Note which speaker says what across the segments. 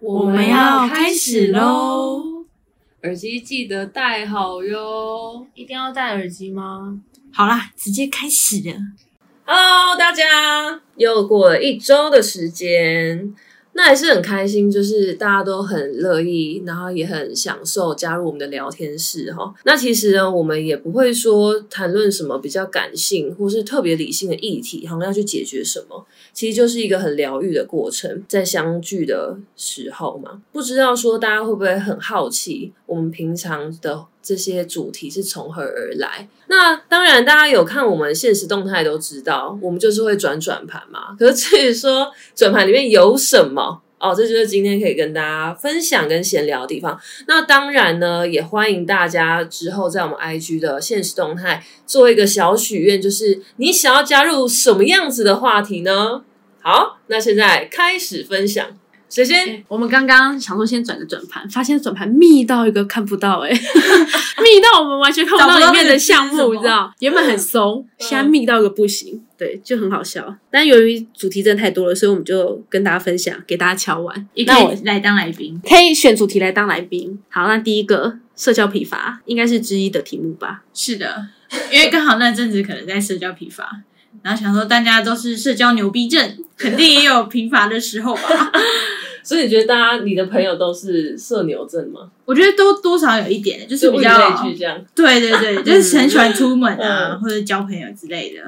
Speaker 1: 我
Speaker 2: 们要开始喽！
Speaker 1: 耳机记得戴好哟。
Speaker 2: 一定要戴耳机吗
Speaker 3: 好啦，直接开始了。
Speaker 1: Hello，大家，又过了一周的时间，那也是很开心，就是大家都很乐意，然后也很享受加入我们的聊天室哈。那其实呢，我们也不会说谈论什么比较感性或是特别理性的议题，好像要去解决什么，其实就是一个很疗愈的过程，在相聚的时候嘛。不知道说大家会不会很好奇，我们平常的这些主题是从何而来？那当然，大家有看我们现实动态都知道，我们就是会转转盘嘛。可是至于说转盘里面有什么哦，这就是今天可以跟大家分享跟闲聊的地方。那当然呢，也欢迎大家之后在我们 IG 的现实动态做一个小许愿，就是你想要加入什么样子的话题呢？好，那现在开始分享，谁先？
Speaker 2: 我们刚刚想说先转个转盘，发现转盘密到一个看不到、欸，哎， 密到我们完全看不到里面的项
Speaker 3: 找不到那个字是什么
Speaker 2: 目，你知道？原本很松，现在密到一个不行，对，就很好笑。但由于主题真的太多了，所以我们就跟大家分享，给大家敲完。
Speaker 3: 也
Speaker 2: 那我
Speaker 3: 可以来当来宾。
Speaker 2: 可以选主题来当来宾。好，那第一个社交疲乏应该是之一的题目吧？
Speaker 3: 是的，因为刚好那阵子可能在社交疲乏，然后想说大家都是社交牛逼症，肯定也有疲乏的时候 吧。
Speaker 1: 所以你觉得大家你的朋友都是社牛症吗？
Speaker 3: 我觉得都多少有一点，就是
Speaker 1: 就物
Speaker 3: 比
Speaker 1: 以
Speaker 3: 较
Speaker 1: 类聚这样。
Speaker 3: 对对 对，就是很喜欢出门啊，
Speaker 1: 嗯
Speaker 3: 或者交朋友之类的。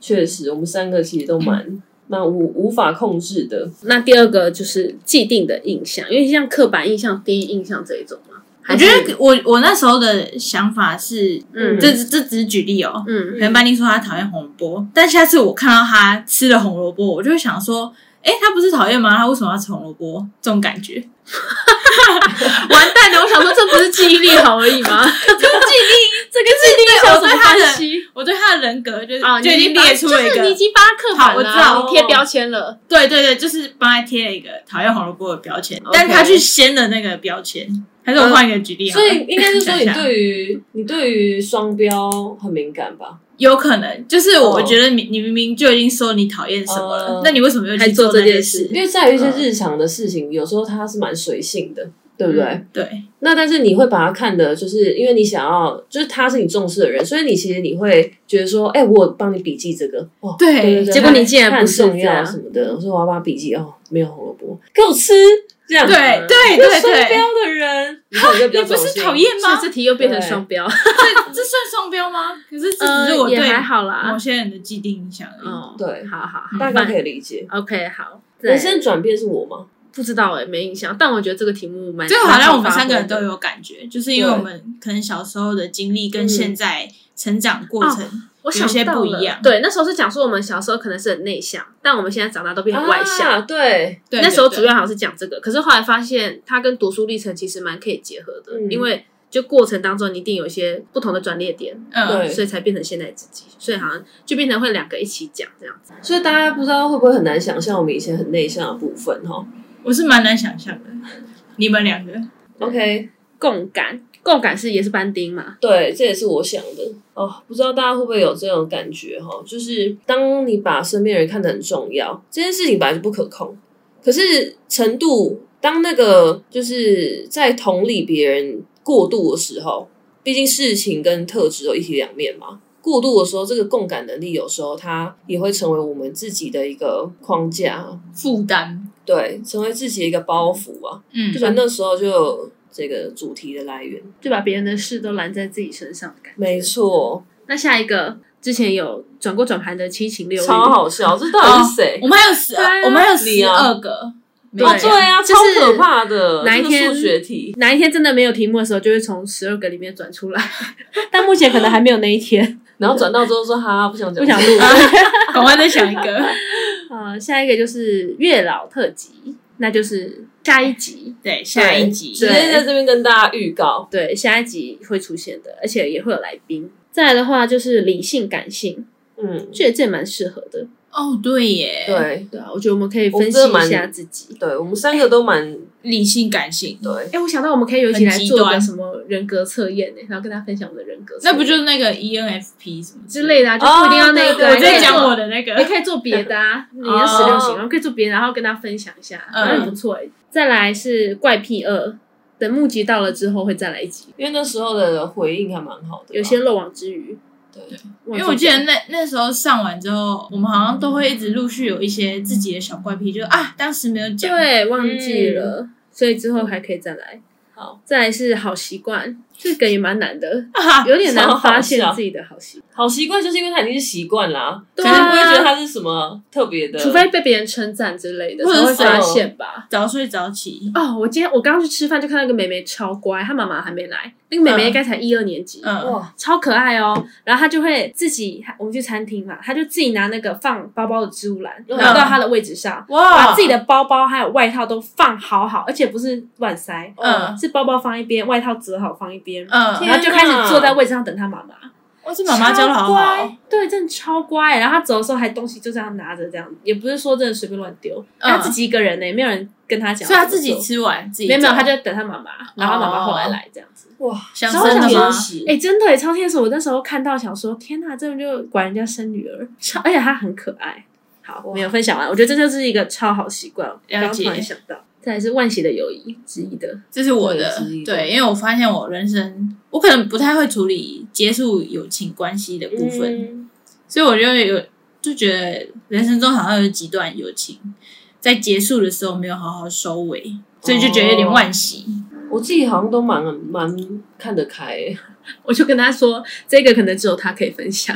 Speaker 1: 确实，我们三个其实都蛮蛮无无法控制的。
Speaker 2: 那第二个就是既定的印象，因为像刻板印象、第一印象这一种嘛。
Speaker 3: 我
Speaker 2: 还
Speaker 3: 觉
Speaker 2: 是
Speaker 3: 得我我那时候的想法是，
Speaker 2: 嗯
Speaker 3: 这这只是举例哦，
Speaker 2: 嗯，
Speaker 3: 可能班尼说他讨厌红萝卜，但下次我看到他吃了红萝卜，我就会想说，哎、他不是讨厌吗？他为什么要吃红萝卜？这种感觉，
Speaker 2: 完蛋了！我想说，这不是记忆力好而已 吗？
Speaker 3: 这个记忆，这个记忆力
Speaker 2: 我
Speaker 3: 有
Speaker 2: 对
Speaker 3: 什么
Speaker 2: 他的
Speaker 3: 关系？我对他的人格就是、
Speaker 2: 啊，
Speaker 3: 就已经列出了一
Speaker 2: 就是你已
Speaker 3: 个，
Speaker 2: 经帮他刻板了，哦
Speaker 3: 好我知道
Speaker 2: 你贴标签了。
Speaker 3: 对对对，就是帮他贴了一个讨厌红萝卜的标签
Speaker 1: OK
Speaker 3: 但他去掀了那个标签，还是我换一个举例好
Speaker 1: 呃所
Speaker 3: 了、
Speaker 1: 以应该是说，你
Speaker 3: 想一下
Speaker 1: 对于 你对于双标很敏感吧？
Speaker 3: 有可能就是我
Speaker 1: 哦
Speaker 3: 觉得你你明明就已经说你讨厌什么了
Speaker 1: 哦
Speaker 3: 那你为什么又
Speaker 2: 还
Speaker 3: 去
Speaker 2: 做
Speaker 3: 这
Speaker 2: 这件
Speaker 3: 件
Speaker 2: 事
Speaker 1: 因为在于一些日常的事情，有时候它是蛮随性的，对不对？
Speaker 2: 嗯
Speaker 3: 对，
Speaker 1: 那但是你会把它看的，就是因为你想要，就是他是你重视的人，所以你其实你会觉得说，哎、我帮你笔记这个，哦，
Speaker 3: 对
Speaker 1: 对对，
Speaker 2: 结果你竟然
Speaker 1: 他
Speaker 2: 不
Speaker 1: 很
Speaker 2: 是
Speaker 1: 重
Speaker 2: 这样
Speaker 1: 要什么的，我说我要把笔记，哦，没有胡萝卜，给我吃，这样
Speaker 3: 对对对
Speaker 1: 就
Speaker 3: 对
Speaker 1: 双标的人，你可能就比较
Speaker 3: 你不
Speaker 1: 走
Speaker 3: 是
Speaker 1: 心
Speaker 3: 讨厌
Speaker 2: 所以
Speaker 3: 吗？
Speaker 2: 这题又变成
Speaker 1: 对
Speaker 2: 双标，
Speaker 3: 这这算双标吗？可是 这只是我
Speaker 2: 呃
Speaker 3: 嗯
Speaker 2: 也
Speaker 3: 对
Speaker 2: 还好
Speaker 3: 某
Speaker 2: 啦。
Speaker 3: 些人的既定印象而已。
Speaker 2: 哦，
Speaker 1: 对
Speaker 2: 好好好，
Speaker 1: 大概可
Speaker 2: 以。
Speaker 1: 以理解。
Speaker 2: OK，好。
Speaker 1: 人生转变是我吗？
Speaker 2: 不知道哎，没印象，但我觉得这个题目蛮
Speaker 3: 这个好像我们
Speaker 2: 蛮
Speaker 3: 三个人
Speaker 2: 发
Speaker 3: 都
Speaker 2: 挥的嗯
Speaker 3: 有感觉，就是因为我们可能小时候的经历跟现在成长过程，
Speaker 2: 我
Speaker 3: 有些
Speaker 2: 想到
Speaker 3: 不一
Speaker 2: 了
Speaker 3: 样
Speaker 2: 对，那时候是讲说我们小时候可能是很内向，但我们现在长大都变很外向。
Speaker 1: 啊，对，
Speaker 3: 对
Speaker 2: 那时候主
Speaker 3: 要
Speaker 2: 要好像是讲这个，可是后来发现它跟读书历程其实蛮可以结合的，
Speaker 1: 嗯
Speaker 2: 因为就过程当中你一定有一些不同的转捩点，
Speaker 3: 嗯
Speaker 1: 对
Speaker 2: 所以才变成现在自己，所以好像就变成会两个一起讲这样子。
Speaker 1: 所以大家不知道会不会很难想象我们以前很内向的部分哈。
Speaker 3: 我是蛮难想象的。你们两个
Speaker 1: OK，
Speaker 2: 共感，共感是也是班丁嘛，
Speaker 1: 对，这也是我想的哦。不知道大家会不会有这种感觉哈、就是当你把身边人看得很重要，这件事情本来就不可控，可是程度，当那个就是在同理别人过度的时候，毕竟事情跟特质有一体两面嘛。过度的时候，这个共感能力有时候它也会成为我们自己的一个框架，
Speaker 3: 负担，
Speaker 1: 对，成为自己的一个包袱啊。
Speaker 3: 嗯
Speaker 1: 所以那时候就有这个主题的来源，
Speaker 2: 就把别人的事都揽在自己身上的感觉。
Speaker 1: 没错，
Speaker 2: 那下一个之前有转过转盘的七情六欲，
Speaker 1: 超好 笑，这到
Speaker 2: 哦
Speaker 1: 底是谁？
Speaker 3: 我们还有十，
Speaker 2: 对啊
Speaker 3: 我们还有
Speaker 1: 你
Speaker 3: 十
Speaker 1: 啊
Speaker 3: 二个，没
Speaker 2: 对
Speaker 3: 有
Speaker 1: 哦，对啊，
Speaker 2: 就
Speaker 1: 超
Speaker 2: 是
Speaker 1: 可怕的，
Speaker 2: 哪一天
Speaker 1: 这个数学题？
Speaker 2: 哪一天真的没有题目的时候，就会从十二个里面转出 来，但目前可能还没有那一天。
Speaker 1: 然后转到之后说哈，不想讲，
Speaker 2: 不 想 录。
Speaker 3: 啊赶快再想一个。
Speaker 2: 呃，下一个就是月老特辑，那就是下一集，
Speaker 3: 对，下一集
Speaker 1: 直接
Speaker 2: 对
Speaker 1: 在这边跟大家预告。
Speaker 2: 对，下一集会出现的，而且也会有来宾。再来的话就是理性感性，
Speaker 1: 嗯，
Speaker 2: 觉得这蛮适合的。
Speaker 3: 哦，对耶，，
Speaker 1: 对
Speaker 2: 对啊，我觉得我们可以
Speaker 1: 我
Speaker 2: 分
Speaker 1: 们
Speaker 2: 析
Speaker 1: 真的蛮
Speaker 2: 一下自己。
Speaker 1: 对，我们三个都蛮
Speaker 3: 理性感性，
Speaker 1: 对，
Speaker 2: 哎、我想到我们可以有一起来
Speaker 3: 很极
Speaker 2: 做个
Speaker 3: 端
Speaker 2: 什么人格测验呢、然后跟大家分享我们的人格测验，
Speaker 3: 那不就是那个 E ENFP 什么
Speaker 2: 之类的、啊，就不一定要那
Speaker 1: 哦对
Speaker 2: 个、
Speaker 1: 对
Speaker 3: 我
Speaker 2: 你哎可
Speaker 3: 在
Speaker 2: 以
Speaker 3: 讲
Speaker 2: 做
Speaker 3: 我的那个
Speaker 2: 也，可以做别的啊，你的
Speaker 3: 哦
Speaker 2: 十六型，然后可以做别的，然后跟大家分享一下，
Speaker 3: 嗯
Speaker 2: 好像很不错哎。再来是怪癖二，等募集到了之后会再来一集。
Speaker 1: 因为那时候的回应还蛮好的吧，
Speaker 2: 有些漏网之鱼，
Speaker 1: 对，
Speaker 2: 因
Speaker 3: 因为我记得那那时候上完之后，我们好像都会一直陆续有一些自己的小怪癖，就是啊，当时没有讲。
Speaker 2: 对忘
Speaker 3: 嗯
Speaker 2: 记了，所以之后还可以再来。
Speaker 1: 好，
Speaker 2: 再来是好习惯，这个也蛮难的，
Speaker 3: 啊，
Speaker 2: 有点难
Speaker 1: 超好
Speaker 2: 发现
Speaker 1: 笑
Speaker 2: 自己的好习惯，
Speaker 1: 好习惯就是因为他已经是习惯啦，
Speaker 2: 对
Speaker 1: 可能
Speaker 2: 啊
Speaker 1: 不会觉得他是什么特别的，
Speaker 2: 除非被别人称赞之类的
Speaker 3: 或
Speaker 2: 才
Speaker 3: 者
Speaker 2: 会
Speaker 3: 是
Speaker 2: 发现吧。
Speaker 3: 早睡早起，
Speaker 2: 哦，我今天我刚刚去吃饭就看到一个妹妹超乖，她妈妈还没来，那个妹妹
Speaker 3: 嗯
Speaker 2: 应该才一二年级，
Speaker 3: 嗯，
Speaker 1: 哇，
Speaker 2: 超可爱哦。然后她就会自己，我们去餐厅嘛，她就自己拿那个放包包的置物篮，
Speaker 1: 嗯
Speaker 2: 拿到她的位置上，把
Speaker 3: 哇，
Speaker 2: 自己的包包还有外套都放好好，而且不是乱塞，
Speaker 3: 嗯
Speaker 2: 是包包放一边，外套折好放一边，
Speaker 3: 嗯，
Speaker 2: 然后就开始坐在位置上等她妈妈。
Speaker 3: 哇，这妈妈教的好
Speaker 2: 超
Speaker 3: 好
Speaker 2: 乖，，对，真的超乖。然后他走的时候还东西就这样拿着，这样也不是说真的随便乱丢，
Speaker 3: 嗯
Speaker 2: 他自己一个人呢、没有人跟他讲，
Speaker 3: 所以她自己，吃哦完自己
Speaker 2: 没有没有，
Speaker 3: 找
Speaker 2: 他就等他妈妈，然后他妈妈后来来这样子。
Speaker 1: 哇，
Speaker 3: 想
Speaker 2: 然后我
Speaker 3: 生
Speaker 2: 想
Speaker 3: 的
Speaker 2: 说
Speaker 3: 吗？
Speaker 2: 哎、真的耶超天使！我那时候看到想说，天哪，真的就管人家生女儿，超而且她很可爱。好，
Speaker 1: 哇
Speaker 2: 没有分享完，我觉得这就是一个超好习惯，
Speaker 3: 了
Speaker 2: 刚刚
Speaker 3: 解
Speaker 2: 突然想到。再来是万喜的友谊之一的，
Speaker 3: 这是我的
Speaker 1: 对之一，的
Speaker 3: 对，因为我发现我人生，我可能不太会处理接触友情关系的部分，
Speaker 1: 嗯
Speaker 3: 所以我就有就觉得人生中好像有几段友情在结束的时候没有好好收尾，所以就觉得有点惋惜。
Speaker 1: 我自己好像都蛮蛮看得开欸，
Speaker 2: 我就跟他说，这个可能只有他可以 分享，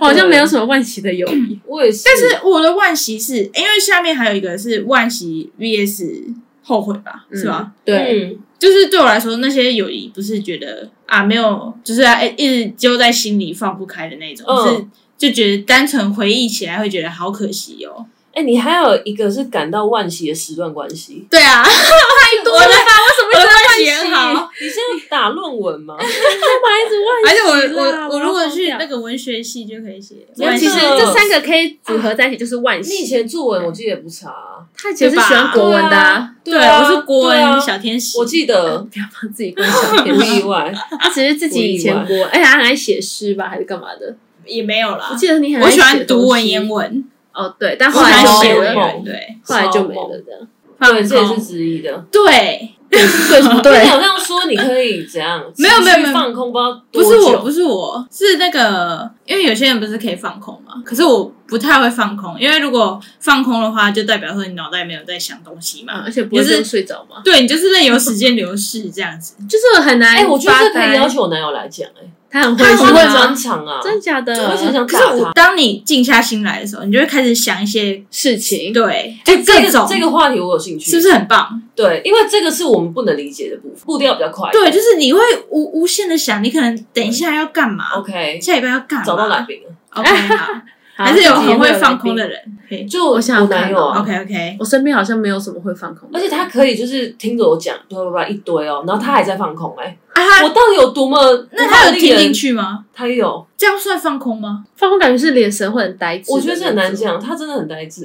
Speaker 2: 我好像没有什么万喜的友谊。
Speaker 1: 我也是，
Speaker 3: 但是我的惋惜是因为下面还有一个是惋惜 VS 后悔吧，是吧？
Speaker 2: 对，
Speaker 1: 嗯，
Speaker 3: 就是对我来说，那些友谊不是觉得啊没有，就是、啊、一直揪在心里放不开的那种，
Speaker 1: 嗯
Speaker 3: 是就觉得单纯回忆起来会觉得好可惜哦。
Speaker 1: 哎、你还有一个是感到惋惜的时段关系，
Speaker 3: 对啊，太多了吧？为什么我的惋惜很
Speaker 2: 惋
Speaker 3: 好？
Speaker 1: 你现在打论文吗？
Speaker 3: 而且
Speaker 2: 惋惜
Speaker 3: 我
Speaker 2: 啦
Speaker 3: 我我如果去
Speaker 2: 我要疯掉
Speaker 3: 那个文学系就可以写
Speaker 2: 没有
Speaker 3: 惋
Speaker 2: 其
Speaker 3: 惜，
Speaker 2: 实
Speaker 1: 真的
Speaker 2: 这三个 K 组合在一起就是万
Speaker 1: 你以
Speaker 2: 喜。
Speaker 1: 前作文我记得也不差、啊，
Speaker 2: 他其实是喜欢国文的、啊，
Speaker 1: 对
Speaker 3: 对
Speaker 1: 啊，
Speaker 3: 我是国
Speaker 1: 对啊
Speaker 3: 文小天使，
Speaker 1: 我记得
Speaker 2: 不要帮自己关小
Speaker 1: 不
Speaker 2: 天
Speaker 1: 意
Speaker 2: 使。
Speaker 1: 外，
Speaker 2: 他只是自己以前国文，而且他很爱写诗吧，还是干嘛的？
Speaker 3: 也没有啦。
Speaker 2: 我记得你很
Speaker 3: 我
Speaker 2: 爱写
Speaker 3: 喜欢
Speaker 2: 东
Speaker 3: 读
Speaker 2: 西
Speaker 3: 文言文，
Speaker 2: 哦，对，但
Speaker 3: 我
Speaker 2: 后
Speaker 3: 喜
Speaker 2: 来
Speaker 3: 欢
Speaker 2: 就
Speaker 3: 写
Speaker 2: 没
Speaker 3: 文
Speaker 1: 文
Speaker 2: 了，
Speaker 3: 言，对，
Speaker 2: 后来就没了，这样
Speaker 3: 放
Speaker 1: 对，这也是
Speaker 3: 空，
Speaker 1: 之一的。
Speaker 3: 对，
Speaker 2: 对不
Speaker 1: 你
Speaker 2: 对？
Speaker 1: 好像说你可以怎样？
Speaker 3: 没有没有
Speaker 1: 持续
Speaker 3: 没有
Speaker 1: 放空，不知道
Speaker 3: 不
Speaker 1: 多
Speaker 3: 是
Speaker 1: 久
Speaker 3: 我，不是我，是那个，因为有些人不是可以放空嘛，可是我不太会放空，因为如果放空的话，就代表说你脑袋没有在想东西
Speaker 2: 嗯
Speaker 3: 嘛，
Speaker 2: 而且不会
Speaker 3: 就是
Speaker 2: 真的睡着吗？
Speaker 3: 对你就是任由时间流逝这样子。
Speaker 2: 就是很难。
Speaker 1: 哎、我觉得这可以要，求我男友来讲、哎，
Speaker 2: 他很会
Speaker 3: 他
Speaker 1: 他
Speaker 3: 很
Speaker 1: 很
Speaker 2: 说
Speaker 1: 会
Speaker 3: 会
Speaker 2: 话，
Speaker 3: 吗
Speaker 1: 专场啊，
Speaker 2: 真假的
Speaker 1: 我想想
Speaker 3: 可
Speaker 1: 打
Speaker 3: 是
Speaker 1: 他
Speaker 3: 我。当你静下心来的时候，你就会开始想一些
Speaker 2: 事情，
Speaker 3: 对，
Speaker 1: 哎、
Speaker 3: 就
Speaker 1: 这
Speaker 3: 各种
Speaker 1: 个这个话题我有兴趣，
Speaker 3: 是不是很棒？
Speaker 1: 对，因为这个是我们不能理解的部分，步调比较快。
Speaker 3: 对，就是你会无无限的想，你可能等一下要干嘛，
Speaker 1: ，OK，
Speaker 3: 下礼拜要干嘛，
Speaker 1: 哦找到来宾了，
Speaker 3: ，OK，好，
Speaker 2: 好
Speaker 3: 还是有很会
Speaker 2: 自己
Speaker 3: 放空
Speaker 2: 来
Speaker 3: 的
Speaker 2: 宾。
Speaker 3: 人，可以
Speaker 1: 就
Speaker 2: 我想想看
Speaker 1: 男友啊。
Speaker 3: ，OK OK，
Speaker 2: 我身边好像没有什么会放空的
Speaker 1: 而
Speaker 2: 人，
Speaker 1: 且他可以就是听着我讲，叭叭叭一堆哦，然后他还在放空哎、
Speaker 3: 啊，他
Speaker 1: 我到底有多么？
Speaker 3: 那他有听进
Speaker 1: 人，
Speaker 3: 去吗？
Speaker 1: 他有，
Speaker 3: 这样算放空吗？
Speaker 2: 放空感觉是眼神会很呆滞的那种。
Speaker 1: 我觉得这很难讲，他真的很呆滞，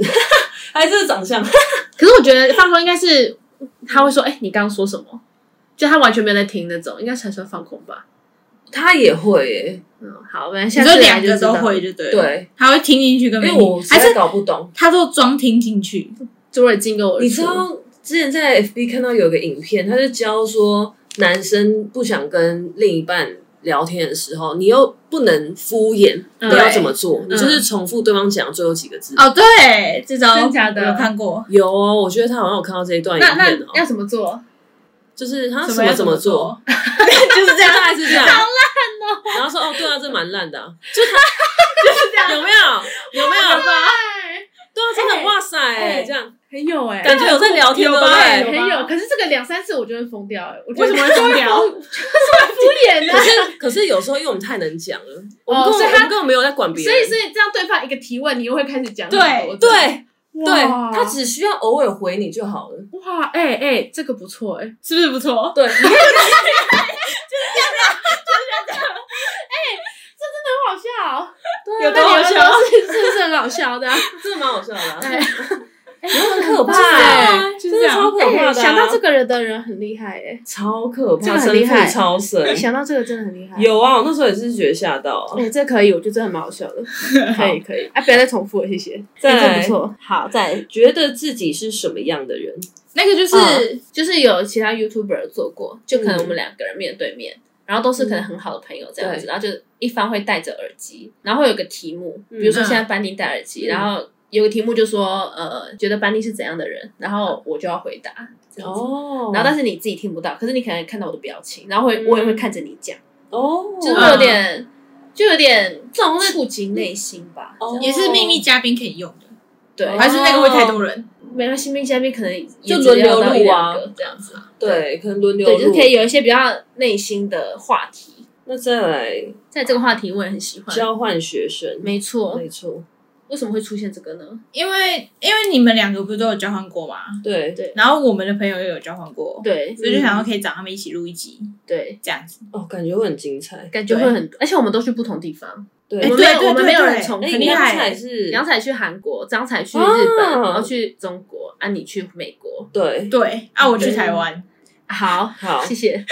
Speaker 1: 还是长相。
Speaker 2: 可是我觉得放空应该是他会说：“哎、你刚刚说什么？”就他完全没有在听那种，应该才算放空吧。
Speaker 1: 他也会耶，
Speaker 2: 嗯，好，反正
Speaker 3: 你
Speaker 2: 下
Speaker 3: 说
Speaker 2: 次来
Speaker 3: 两
Speaker 2: 就
Speaker 3: 个
Speaker 2: 知道
Speaker 3: 都会，就对了，
Speaker 1: 对，
Speaker 3: 他会听进去跟
Speaker 1: 因
Speaker 3: 没
Speaker 1: 为
Speaker 3: 听
Speaker 1: 我实
Speaker 3: 还
Speaker 1: 在
Speaker 3: 是
Speaker 1: 搞不懂。
Speaker 3: 他都装听进去，
Speaker 2: 朱瑞进跟我
Speaker 1: 你知道之前在 FB 看到有个影片，他就教说男生不想跟另一半聊天的时候，你又不能敷衍，
Speaker 2: 嗯
Speaker 1: 你要怎么做？
Speaker 2: 嗯
Speaker 1: 你就是重复对方讲最后几个字。
Speaker 3: 哦，对，这招
Speaker 2: 真假的
Speaker 3: 我有看过，
Speaker 1: 有哦，我觉得他好像有看到这一段影
Speaker 2: 那那
Speaker 1: 片哦，
Speaker 2: 要怎么做？
Speaker 1: 就是他啊什
Speaker 3: 要
Speaker 1: 么怎么做，？
Speaker 3: 就是这样，
Speaker 1: 大概是这样。然后说哦，对啊，这蛮烂的啊，就他就是这样，有没有？有没有？对啊，真的，哇塞，
Speaker 2: 哎
Speaker 1: 这样
Speaker 2: 很有哎、
Speaker 1: 感觉有在欸聊天，对不对？
Speaker 3: 有
Speaker 2: 很
Speaker 3: 吧
Speaker 2: 有，可是这个两三次我就会疯掉哎、我
Speaker 3: 为什么 会中聊？
Speaker 2: 敷衍呢、
Speaker 1: 可是可是有时候因为我们太能讲了，我们
Speaker 2: 哦
Speaker 1: 根
Speaker 2: 所以
Speaker 1: 本
Speaker 2: 他
Speaker 1: 我们根本没有在管别
Speaker 2: 所
Speaker 1: 人，
Speaker 2: 以所以这样对方一个提问，你又会开始讲很多
Speaker 3: 对
Speaker 2: 这样
Speaker 1: 对对，
Speaker 2: 哇
Speaker 1: 他只需要偶尔回你就好了。
Speaker 2: 哇哎哎、这个不错哎、
Speaker 3: 是不是不错？
Speaker 1: 对，你看
Speaker 2: 很好笑哦，
Speaker 3: 有多
Speaker 2: 那你
Speaker 3: 好
Speaker 2: 们
Speaker 3: 笑？
Speaker 2: 都是是不是很好笑的啊、
Speaker 1: 这蛮好笑的啊，
Speaker 2: 哎
Speaker 1: 很可怕
Speaker 2: 对
Speaker 1: 欸。
Speaker 2: 就是
Speaker 3: 是这样。
Speaker 1: 超可
Speaker 2: 哎
Speaker 1: 怕的啊、
Speaker 4: 想到这个人的人很厉害哎、
Speaker 1: 超可
Speaker 4: 这
Speaker 1: 怕，
Speaker 4: 个很厉
Speaker 1: 深
Speaker 4: 害
Speaker 1: 负超 深。
Speaker 4: 想到这个真的很厉害。
Speaker 1: 有啊，我那时候也是觉得吓到啊、
Speaker 2: 哦
Speaker 4: 哎、这可以，我觉得这很蛮好笑的，可以可以，
Speaker 2: 哎
Speaker 4: 啊，不要再重复了，谢谢，这
Speaker 1: 再
Speaker 4: 个
Speaker 1: 来
Speaker 4: 不错。
Speaker 1: 好，再来觉得自己是什么样的人？
Speaker 2: 那个就是、
Speaker 4: 嗯
Speaker 2: 就是有其他 YouTuber 做过，就
Speaker 1: 嗯
Speaker 2: 可能我们两个人面对面，然后都是可能很好的朋友这样
Speaker 1: 嗯
Speaker 2: 子，然后就一方会戴着耳机，然后会有个题目，
Speaker 1: 嗯
Speaker 2: 比如说现在班尼戴耳机，
Speaker 4: 嗯
Speaker 2: 然后有个题目就说呃，觉得班尼是怎样的人，然后我就要回答。这样子
Speaker 1: 哦嗯
Speaker 2: 然后，但是你自己听不到，可是你可能看到我的表情，然后会、我也会看着你讲，
Speaker 1: 哦，
Speaker 2: 就是会有点，就有点这种触及内心吧。
Speaker 1: 哦
Speaker 3: 也是秘密嘉宾可以用的，
Speaker 2: 对，
Speaker 1: 哦
Speaker 3: 还是那个会太多人？
Speaker 2: 没关系，秘密嘉宾可能也
Speaker 1: 就
Speaker 2: 只
Speaker 1: 轮
Speaker 2: 要
Speaker 1: 流
Speaker 2: 到
Speaker 1: 录
Speaker 2: 一两
Speaker 1: 啊
Speaker 2: 个这样子。
Speaker 1: 对，可能轮流
Speaker 2: 对，就是
Speaker 1: 录
Speaker 2: 可以有一些比较内心的话题。
Speaker 1: 那再来
Speaker 2: 在这个话题我也很喜欢，
Speaker 1: 交换学生，
Speaker 2: 没错。
Speaker 1: 没错，
Speaker 2: 为什么会出现这个呢？
Speaker 3: 因为因为你们两个不是都有交换过吗？
Speaker 1: 对
Speaker 2: 对
Speaker 3: 然后我们的朋友也有交换过，
Speaker 2: 对
Speaker 3: 所以就想要可以找他们一起录一集
Speaker 2: 对，
Speaker 3: 这样子。
Speaker 1: 哦，感觉会很精彩。
Speaker 2: 感觉会很，而且我们都去不同地方。
Speaker 1: 对，
Speaker 3: 哎
Speaker 1: 哎
Speaker 2: 我们没有
Speaker 3: 对对
Speaker 2: 我们没有
Speaker 3: 对
Speaker 2: 人
Speaker 3: 对
Speaker 2: 重
Speaker 3: 哎
Speaker 2: 复
Speaker 3: 很厉害
Speaker 1: 杨彩是
Speaker 2: 杨彩去韩国，张彩去日本，
Speaker 1: 哦
Speaker 2: 然后去中国，啊，你去美国。
Speaker 1: 对，
Speaker 3: 对啊，我去台湾，
Speaker 2: 好，
Speaker 1: 好，
Speaker 2: 谢谢。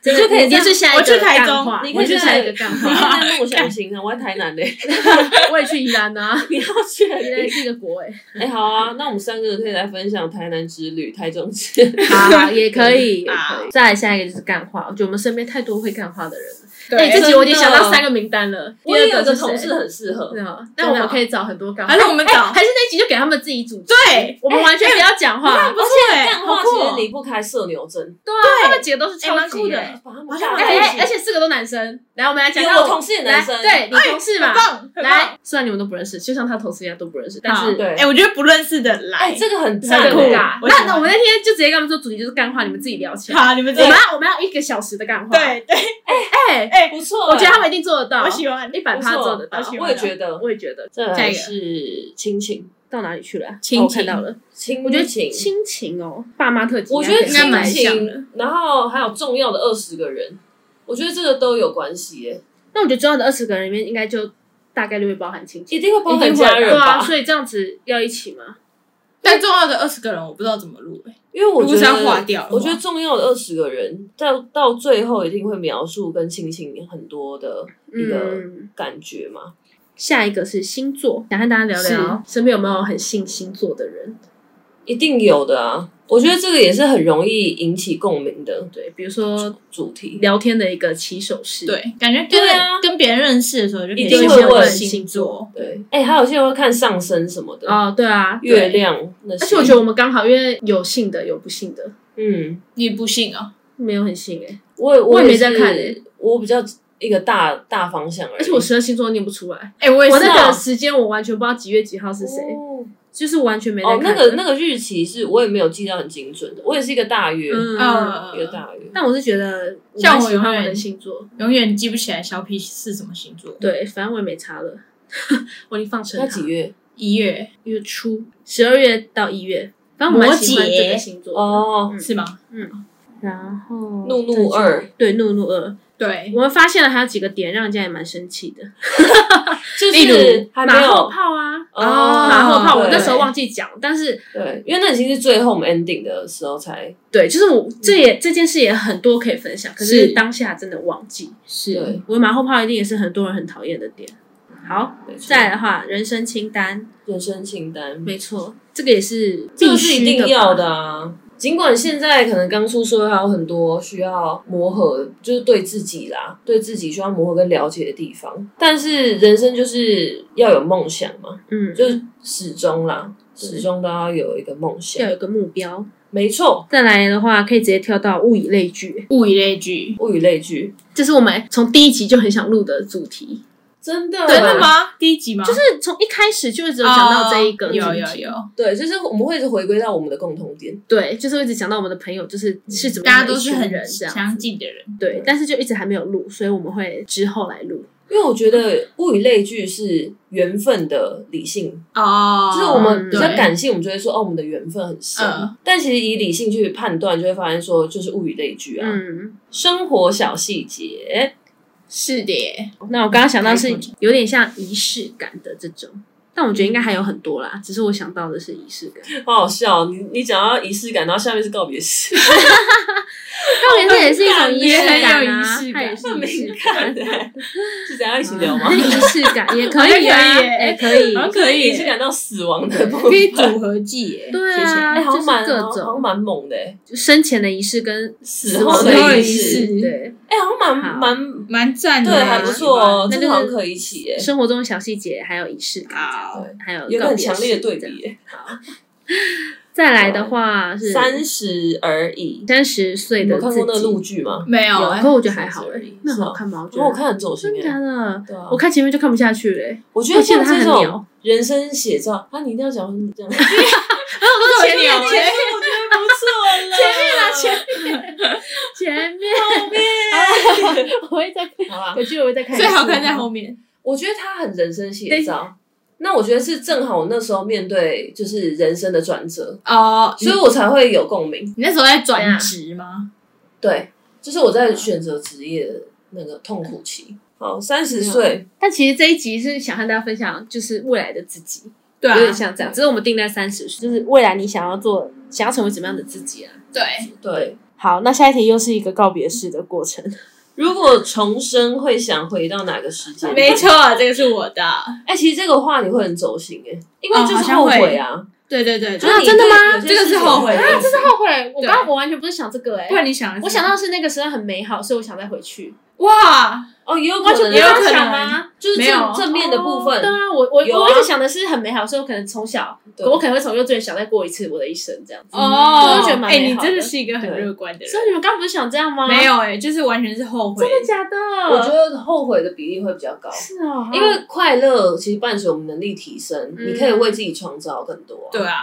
Speaker 1: 你就可以
Speaker 2: 你就是下一
Speaker 3: 我去
Speaker 2: 个
Speaker 3: 台中
Speaker 2: 干话，
Speaker 1: 你可
Speaker 2: 我
Speaker 1: 以
Speaker 2: 去
Speaker 1: 在
Speaker 2: 下一个干
Speaker 1: 你
Speaker 2: 话。
Speaker 1: 看在梦想型啊，我在台南嘞，
Speaker 4: 我也去宜兰啊，
Speaker 1: 你要去哪
Speaker 4: 宜兰也
Speaker 1: 里？
Speaker 4: 是一个国哎、
Speaker 1: 哎，好啊，那我们三个可以来分享台南之旅、台中之旅。
Speaker 2: 好，
Speaker 3: 哎
Speaker 2: 好也可以，也可
Speaker 3: 好
Speaker 2: 以。再来下一个就是干话，我觉得我们身边太多会干话的人了。哎，
Speaker 3: 对，
Speaker 2: 这集我已经
Speaker 1: 真的
Speaker 2: 想到三个名单了。
Speaker 1: 我也
Speaker 2: 第
Speaker 1: 有
Speaker 2: 二
Speaker 1: 个
Speaker 2: 是谁
Speaker 1: 同事很适合
Speaker 4: 对，啊，但
Speaker 2: 但我
Speaker 4: 我
Speaker 2: 们
Speaker 4: 们
Speaker 2: 可
Speaker 4: 可
Speaker 2: 以
Speaker 4: 以找很多干
Speaker 3: 还是我们找
Speaker 2: 啊哎还是那一集就给他们自己主持，
Speaker 3: 对，哎
Speaker 2: 我们完全不要讲话。
Speaker 3: 不错哎，
Speaker 1: 干话
Speaker 3: 好
Speaker 1: 其
Speaker 3: 酷
Speaker 1: 实
Speaker 3: 哦
Speaker 1: 离不开社牛症，
Speaker 2: 对啊，他们几个都是
Speaker 3: 哎
Speaker 2: 超
Speaker 3: 蛮
Speaker 2: 级
Speaker 3: 酷的
Speaker 2: 哎
Speaker 3: 哎
Speaker 1: 把他们
Speaker 3: 好像
Speaker 1: 打在
Speaker 3: 蛮
Speaker 1: 一
Speaker 3: 酷
Speaker 2: 哎
Speaker 3: 的
Speaker 1: 起
Speaker 2: 而且四个都男生。来，我们来讲
Speaker 1: 有
Speaker 2: 到
Speaker 1: 我同事也男生
Speaker 2: 来对你同事嘛
Speaker 3: 哎很，棒，很棒
Speaker 2: 来，虽然你们都不认识，就像他同事一样都不认识，但
Speaker 3: 好
Speaker 2: 是
Speaker 1: 对
Speaker 3: 哎，我觉得不认识的
Speaker 1: 哎，
Speaker 3: 来，
Speaker 1: 这个很
Speaker 2: 很啊
Speaker 1: 赞
Speaker 3: 很酷
Speaker 2: 尴
Speaker 1: 欸，
Speaker 2: 尬。
Speaker 3: 我喜
Speaker 2: 那
Speaker 3: 欢
Speaker 2: 那我们那天就直接跟他们说，主题就是干话，你们自己聊起来。
Speaker 3: 好，你们
Speaker 2: 我
Speaker 3: 这
Speaker 2: 们要我们要一个小时的干话。，
Speaker 3: 对对，
Speaker 2: 哎，
Speaker 3: 哎，
Speaker 1: 不错欸。
Speaker 2: 我觉得他们一定做得到，
Speaker 3: 我喜欢
Speaker 2: 一百
Speaker 1: 不
Speaker 2: 趴
Speaker 1: 错哎
Speaker 2: 做得到
Speaker 3: 我。喜欢
Speaker 1: 我也觉得，
Speaker 2: 我也觉得
Speaker 1: 再
Speaker 3: 下
Speaker 1: 来
Speaker 3: 一个
Speaker 1: 是亲情，
Speaker 2: 到哪里去了啊？
Speaker 3: 亲
Speaker 2: 哦我
Speaker 3: 情
Speaker 2: 看到了，
Speaker 1: 亲
Speaker 2: 我觉得
Speaker 1: 情。
Speaker 2: 亲情哦，爸妈特辑
Speaker 1: 我
Speaker 2: 应
Speaker 1: 觉
Speaker 2: 该
Speaker 1: 得
Speaker 2: 可以，
Speaker 3: 应该
Speaker 1: 亲
Speaker 3: 蛮像的
Speaker 1: 情，然后还有重要的二十个人，我觉得这个都有关系耶，
Speaker 2: 那我觉得重要的二十个人里面，应该就大概率会包含亲戚，
Speaker 1: 一定会包含
Speaker 2: 一定会
Speaker 1: 家人
Speaker 2: 对啊，
Speaker 1: 吧？
Speaker 2: 所以这样子要一起吗？
Speaker 3: 但重要的二十个人我不知道怎么录，哎
Speaker 1: 因为我觉
Speaker 3: 如果是
Speaker 1: 得
Speaker 3: 要划掉的话
Speaker 1: 我觉得重要的二十个人，到到最后一定会描述跟亲情很多的一个
Speaker 2: 嗯，
Speaker 1: 感觉嘛。
Speaker 2: 下一个是星座，想和大家聊聊身边有没有很信星座的人？
Speaker 1: 一定有的啊。我觉得这个也是很容易引起共鸣的
Speaker 2: 对，比如说
Speaker 1: 主题。
Speaker 2: 聊天的一个起手式，，
Speaker 3: 对，感觉
Speaker 1: 对啊
Speaker 3: 跟跟别人认识的时候就可以
Speaker 1: 一定
Speaker 3: 先
Speaker 1: 会
Speaker 3: 问
Speaker 1: 问
Speaker 3: 星座，
Speaker 1: 对，哎、还有些人会看上升什么的，
Speaker 2: 哦，对啊，对
Speaker 1: 月。亮那些。
Speaker 2: 而且我觉得我们刚好，因为有信的有不信的，
Speaker 1: 嗯，
Speaker 3: 你不信啊？
Speaker 2: 没有很信哎，
Speaker 1: 我也
Speaker 2: 我
Speaker 1: 我
Speaker 2: 也没
Speaker 1: 是
Speaker 2: 在看欸
Speaker 1: 我比较一个大大方向而已。
Speaker 2: 而且我十二星座念不出来，
Speaker 3: 哎，我也
Speaker 2: 我
Speaker 3: 是
Speaker 2: 那
Speaker 3: 啊
Speaker 2: 个时间我完全不知道几月几号是谁，
Speaker 1: 哦
Speaker 2: 就是完全没在
Speaker 1: 哦，
Speaker 2: 看
Speaker 1: 那
Speaker 2: 的。
Speaker 1: 个那个日期是我也没有记到很精准的，我也是一个大约，
Speaker 2: 嗯，
Speaker 1: 一个大约。
Speaker 2: 但我是觉得我
Speaker 3: 像
Speaker 2: 蛮
Speaker 3: 我
Speaker 2: 喜欢
Speaker 3: 永
Speaker 2: 我的
Speaker 3: 远
Speaker 2: 星座，
Speaker 3: 永远记不起来小 P 是什么星座。
Speaker 2: 对，反正我也没查 了，我已经放成
Speaker 1: 那几月？
Speaker 3: 一月
Speaker 2: 月初，十二月到一月，反正我蛮喜欢这个星座的。
Speaker 1: 哦，
Speaker 3: 是吗？
Speaker 2: 然后
Speaker 1: 怒怒二，
Speaker 2: 嗯对怒怒二，
Speaker 3: 对，
Speaker 2: 我们发现了还有几个点让人家也蛮生气的，
Speaker 1: 就是
Speaker 2: 例如
Speaker 1: 还没
Speaker 2: 马后
Speaker 1: 有
Speaker 2: 炮啊，
Speaker 1: 哦
Speaker 2: 马后炮，我
Speaker 1: 对
Speaker 2: 那时候忘记讲，但是
Speaker 1: 对，因为那已经是最后我们 ending 的时候才
Speaker 2: 对，就是我
Speaker 1: 嗯
Speaker 2: 这也这件事也很多可以分享，可
Speaker 3: 是
Speaker 2: 是当下真的忘记，
Speaker 1: 对
Speaker 3: 是，
Speaker 2: 我马后炮一定也是很多人很讨厌的点。好，
Speaker 1: 没错
Speaker 2: 再来的话，人生清单，
Speaker 1: 人生清单，
Speaker 2: 没错，这个也是
Speaker 1: 嗯这
Speaker 2: 必
Speaker 1: 个是
Speaker 2: 须
Speaker 1: 一定
Speaker 2: 吧
Speaker 1: 要的啊。尽管现在可能刚出社会，还有很多需要磨合，就是对自己啦，对自己需要磨合跟了解的地方。但是人生就是要有梦想嘛，
Speaker 2: 嗯，
Speaker 1: 就是始终啦，始终都要有一个梦
Speaker 2: 要
Speaker 1: 想。
Speaker 2: 有一个目标。
Speaker 1: 没错，
Speaker 2: 再来的话，可以直接跳到物以类聚，
Speaker 3: 物以类聚，
Speaker 1: 物以类聚，
Speaker 2: 这是我们从第一集就很想录的主题，
Speaker 1: 真的
Speaker 3: 真的？吗？第一集吗？就是
Speaker 2: 就是从一开始就一直有讲到这一个主题、
Speaker 3: 哦有有有，
Speaker 1: 对，就是我们会一直回归到我们的共同点。
Speaker 2: 对，就是一直讲到我们的朋友就是是怎么
Speaker 3: 大
Speaker 2: 样
Speaker 3: 家
Speaker 2: 的
Speaker 3: 都
Speaker 2: 一
Speaker 3: 是
Speaker 2: 群
Speaker 3: 很
Speaker 2: 人这样
Speaker 3: 相
Speaker 2: 子，
Speaker 3: 近的人，
Speaker 2: 对，但是就一直还没有录，所以我们会之后来录，
Speaker 1: 因为我觉得物以类聚是缘分的理性
Speaker 3: 哦
Speaker 1: 就是我们比较
Speaker 3: 对
Speaker 1: 感性，我们就会说哦，我们的缘分很深。
Speaker 3: 嗯
Speaker 1: 但其实以理性去判断，就会发现说，就是物以类聚啊，
Speaker 2: 嗯。
Speaker 1: 生活小细节。
Speaker 3: 是的耶，
Speaker 2: 嗯那我刚刚想到是
Speaker 3: 开头
Speaker 2: 有点像仪式感的这种，但我觉得应该还有很多啦，只是我想到的是仪式感。
Speaker 1: 好好笑。你你讲到仪式感，然后下面是告别式，
Speaker 2: 告别式也是一种仪式
Speaker 3: 也很有
Speaker 2: 感
Speaker 3: 仪
Speaker 2: 啊
Speaker 3: 式，
Speaker 2: 它也
Speaker 3: 感
Speaker 2: 是仪
Speaker 1: 敏
Speaker 2: 式
Speaker 1: 感
Speaker 2: 感
Speaker 1: 的，是怎样一起聊吗？哦
Speaker 2: 仪式 感也可以啊，
Speaker 3: 好像可以耶
Speaker 2: 哎，可以
Speaker 3: 好，像可以
Speaker 1: 仪式
Speaker 3: 耶，
Speaker 1: 感到死亡的部
Speaker 3: 可以
Speaker 1: 分。
Speaker 3: 组合技耶，
Speaker 2: 对
Speaker 3: 学起来
Speaker 2: 啊，
Speaker 1: 哎，好像
Speaker 2: 就是
Speaker 1: 蛮
Speaker 2: 各
Speaker 1: 好像
Speaker 2: 种
Speaker 1: 蛮猛的欸，
Speaker 2: 生前的仪式跟
Speaker 1: 死
Speaker 2: 后
Speaker 1: 后
Speaker 2: 的
Speaker 1: 的
Speaker 3: 仪
Speaker 1: 仪
Speaker 3: 式
Speaker 1: 式，
Speaker 2: 对
Speaker 1: 哎，好像蛮
Speaker 2: 好嗯
Speaker 1: 蛮
Speaker 3: 蛮赞的，
Speaker 1: 对，还不错哦，
Speaker 2: 那
Speaker 1: 这
Speaker 2: 就是
Speaker 1: 个好像可以一起耶，
Speaker 2: 生活中的小细节还有仪式感
Speaker 3: 好，
Speaker 2: 还有
Speaker 1: 啊有一个
Speaker 2: 告
Speaker 1: 很
Speaker 2: 别
Speaker 1: 强烈的
Speaker 2: 式
Speaker 1: 对
Speaker 2: 这样
Speaker 1: 比。耶。
Speaker 2: 再来的话是
Speaker 1: 三十而已。
Speaker 2: 三十岁
Speaker 1: 你
Speaker 2: 的
Speaker 1: 有看
Speaker 2: 自
Speaker 1: 过那个陆
Speaker 2: 己，
Speaker 1: 剧吗？
Speaker 3: 没有
Speaker 2: 有，
Speaker 3: 哎
Speaker 2: 可我觉得还好哎
Speaker 3: 是，
Speaker 2: 那很欸好看吗？我觉
Speaker 1: 因为啊我
Speaker 2: 得
Speaker 1: 看很走心
Speaker 2: 真的假
Speaker 1: 哎，
Speaker 2: 的，
Speaker 1: 对啊
Speaker 2: 我，看前面就看不下去嘞。
Speaker 1: 我觉
Speaker 2: 我
Speaker 1: 得
Speaker 2: 记
Speaker 1: 像
Speaker 2: 得他
Speaker 1: 这
Speaker 2: 很
Speaker 1: 种
Speaker 2: 鸟，
Speaker 1: 人生写照啊，你一定要讲成这样，
Speaker 2: 都前面
Speaker 3: 前面
Speaker 2: 前
Speaker 1: 我觉得不错了，前面
Speaker 3: 啊
Speaker 1: 啦，前
Speaker 2: 前面后面， 我会再看，
Speaker 1: 面好啦，
Speaker 2: 我记得我会再看一次，
Speaker 3: 最好看在后面，
Speaker 1: 我觉得他很人生写照。那我觉得是正好我那时候面对就是人生的转折，
Speaker 3: 哦，
Speaker 1: 所以我才会有共鸣。
Speaker 3: 你那时候在转职吗？
Speaker 1: 对，就是我在选择职业的那个痛苦期。好，三十岁，
Speaker 2: 但其实这一集是想和大家分享，就是未来的自己，
Speaker 3: 对啊
Speaker 2: 有，点像这样，只是我们定在三十岁，就是未来你想要做，想要成为怎么样的自己啊？
Speaker 3: 对，
Speaker 1: 对，
Speaker 2: 好，那下一题又是一个告别式的过程。
Speaker 1: 如果重生会想回到哪个时间？
Speaker 3: 没错，这个是我的，
Speaker 1: 哎、其实这个话你会很走心哎、因为
Speaker 3: 哦
Speaker 1: 就是
Speaker 3: 好像
Speaker 1: 后悔啊，
Speaker 3: 对对对，
Speaker 1: 就是你
Speaker 2: 真的
Speaker 1: 对
Speaker 2: 吗
Speaker 1: 有些
Speaker 3: 这个
Speaker 1: 事
Speaker 3: 是
Speaker 1: 情
Speaker 3: 后悔，
Speaker 1: 啊
Speaker 3: 这是
Speaker 2: 后悔，我
Speaker 3: 对
Speaker 2: 刚刚我完全不是想这个哎、
Speaker 3: 不然你想的是，
Speaker 2: 我想到是那个时代很美好，所以我想再回去。
Speaker 3: 哇，
Speaker 1: 哦，也有
Speaker 2: 完
Speaker 1: 可能
Speaker 2: 全
Speaker 1: 啊
Speaker 2: 不
Speaker 3: 也有
Speaker 2: 要
Speaker 3: 可能
Speaker 2: 想啊，
Speaker 1: 就是
Speaker 3: 没有
Speaker 1: 正正面的部分，
Speaker 2: 对啊，我我、
Speaker 1: 有啊
Speaker 2: 我一直想的是很美好，所以我可能从小，
Speaker 1: 对
Speaker 2: 我可能会从幼稚园小再过一次我的一生这样子。
Speaker 3: 哦，
Speaker 2: 我就觉得蛮
Speaker 3: 哎，
Speaker 2: 美
Speaker 3: 你
Speaker 2: 好
Speaker 3: 真
Speaker 2: 的
Speaker 3: 的是一个很
Speaker 1: 对
Speaker 3: 乐观的人，
Speaker 2: 所以你们刚刚不是想这样吗？
Speaker 3: 没，有哎、就是完全是后悔，
Speaker 2: 真的假的？
Speaker 1: 我觉得啊后悔的比例会比较高，
Speaker 2: 是哦，
Speaker 1: 因为快乐其实伴随我们能力提升，
Speaker 2: 嗯
Speaker 1: 你可以为自己创造更多、啊。
Speaker 3: 对，啊，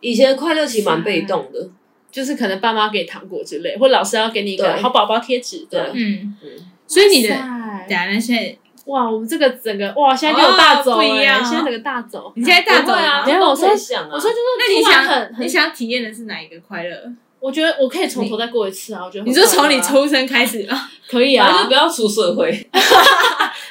Speaker 1: 以前的快乐其实蛮被动的，
Speaker 2: 就是可能爸妈给糖果之类，或老师要给你一个
Speaker 1: 对
Speaker 2: 好宝宝贴纸
Speaker 1: 对
Speaker 2: 的。
Speaker 3: 嗯，
Speaker 1: 嗯，
Speaker 3: 所以你的
Speaker 2: 哇，塞
Speaker 3: 等一下那现在
Speaker 2: 啊哇，我们这个整个哇，现在就有大走、
Speaker 3: 哦
Speaker 2: 欸，
Speaker 3: 不一样哦
Speaker 2: 现在整个大走。
Speaker 3: 你现在大
Speaker 1: 不
Speaker 3: 走
Speaker 1: 会
Speaker 3: 啊
Speaker 1: 啊，
Speaker 2: 没有
Speaker 1: 这都
Speaker 2: 我说
Speaker 1: 可以想啊，
Speaker 2: 我说就是，
Speaker 3: 那你
Speaker 2: 突然很
Speaker 3: 想
Speaker 2: 很
Speaker 3: 你想体验的是哪一个快乐？
Speaker 2: 我觉得我可以从头再过一次啊！我觉得
Speaker 3: 你说从你
Speaker 2: 抽
Speaker 3: 出生开始吗？
Speaker 2: 可以
Speaker 1: 反正就
Speaker 2: 啊
Speaker 1: 不，要出社会，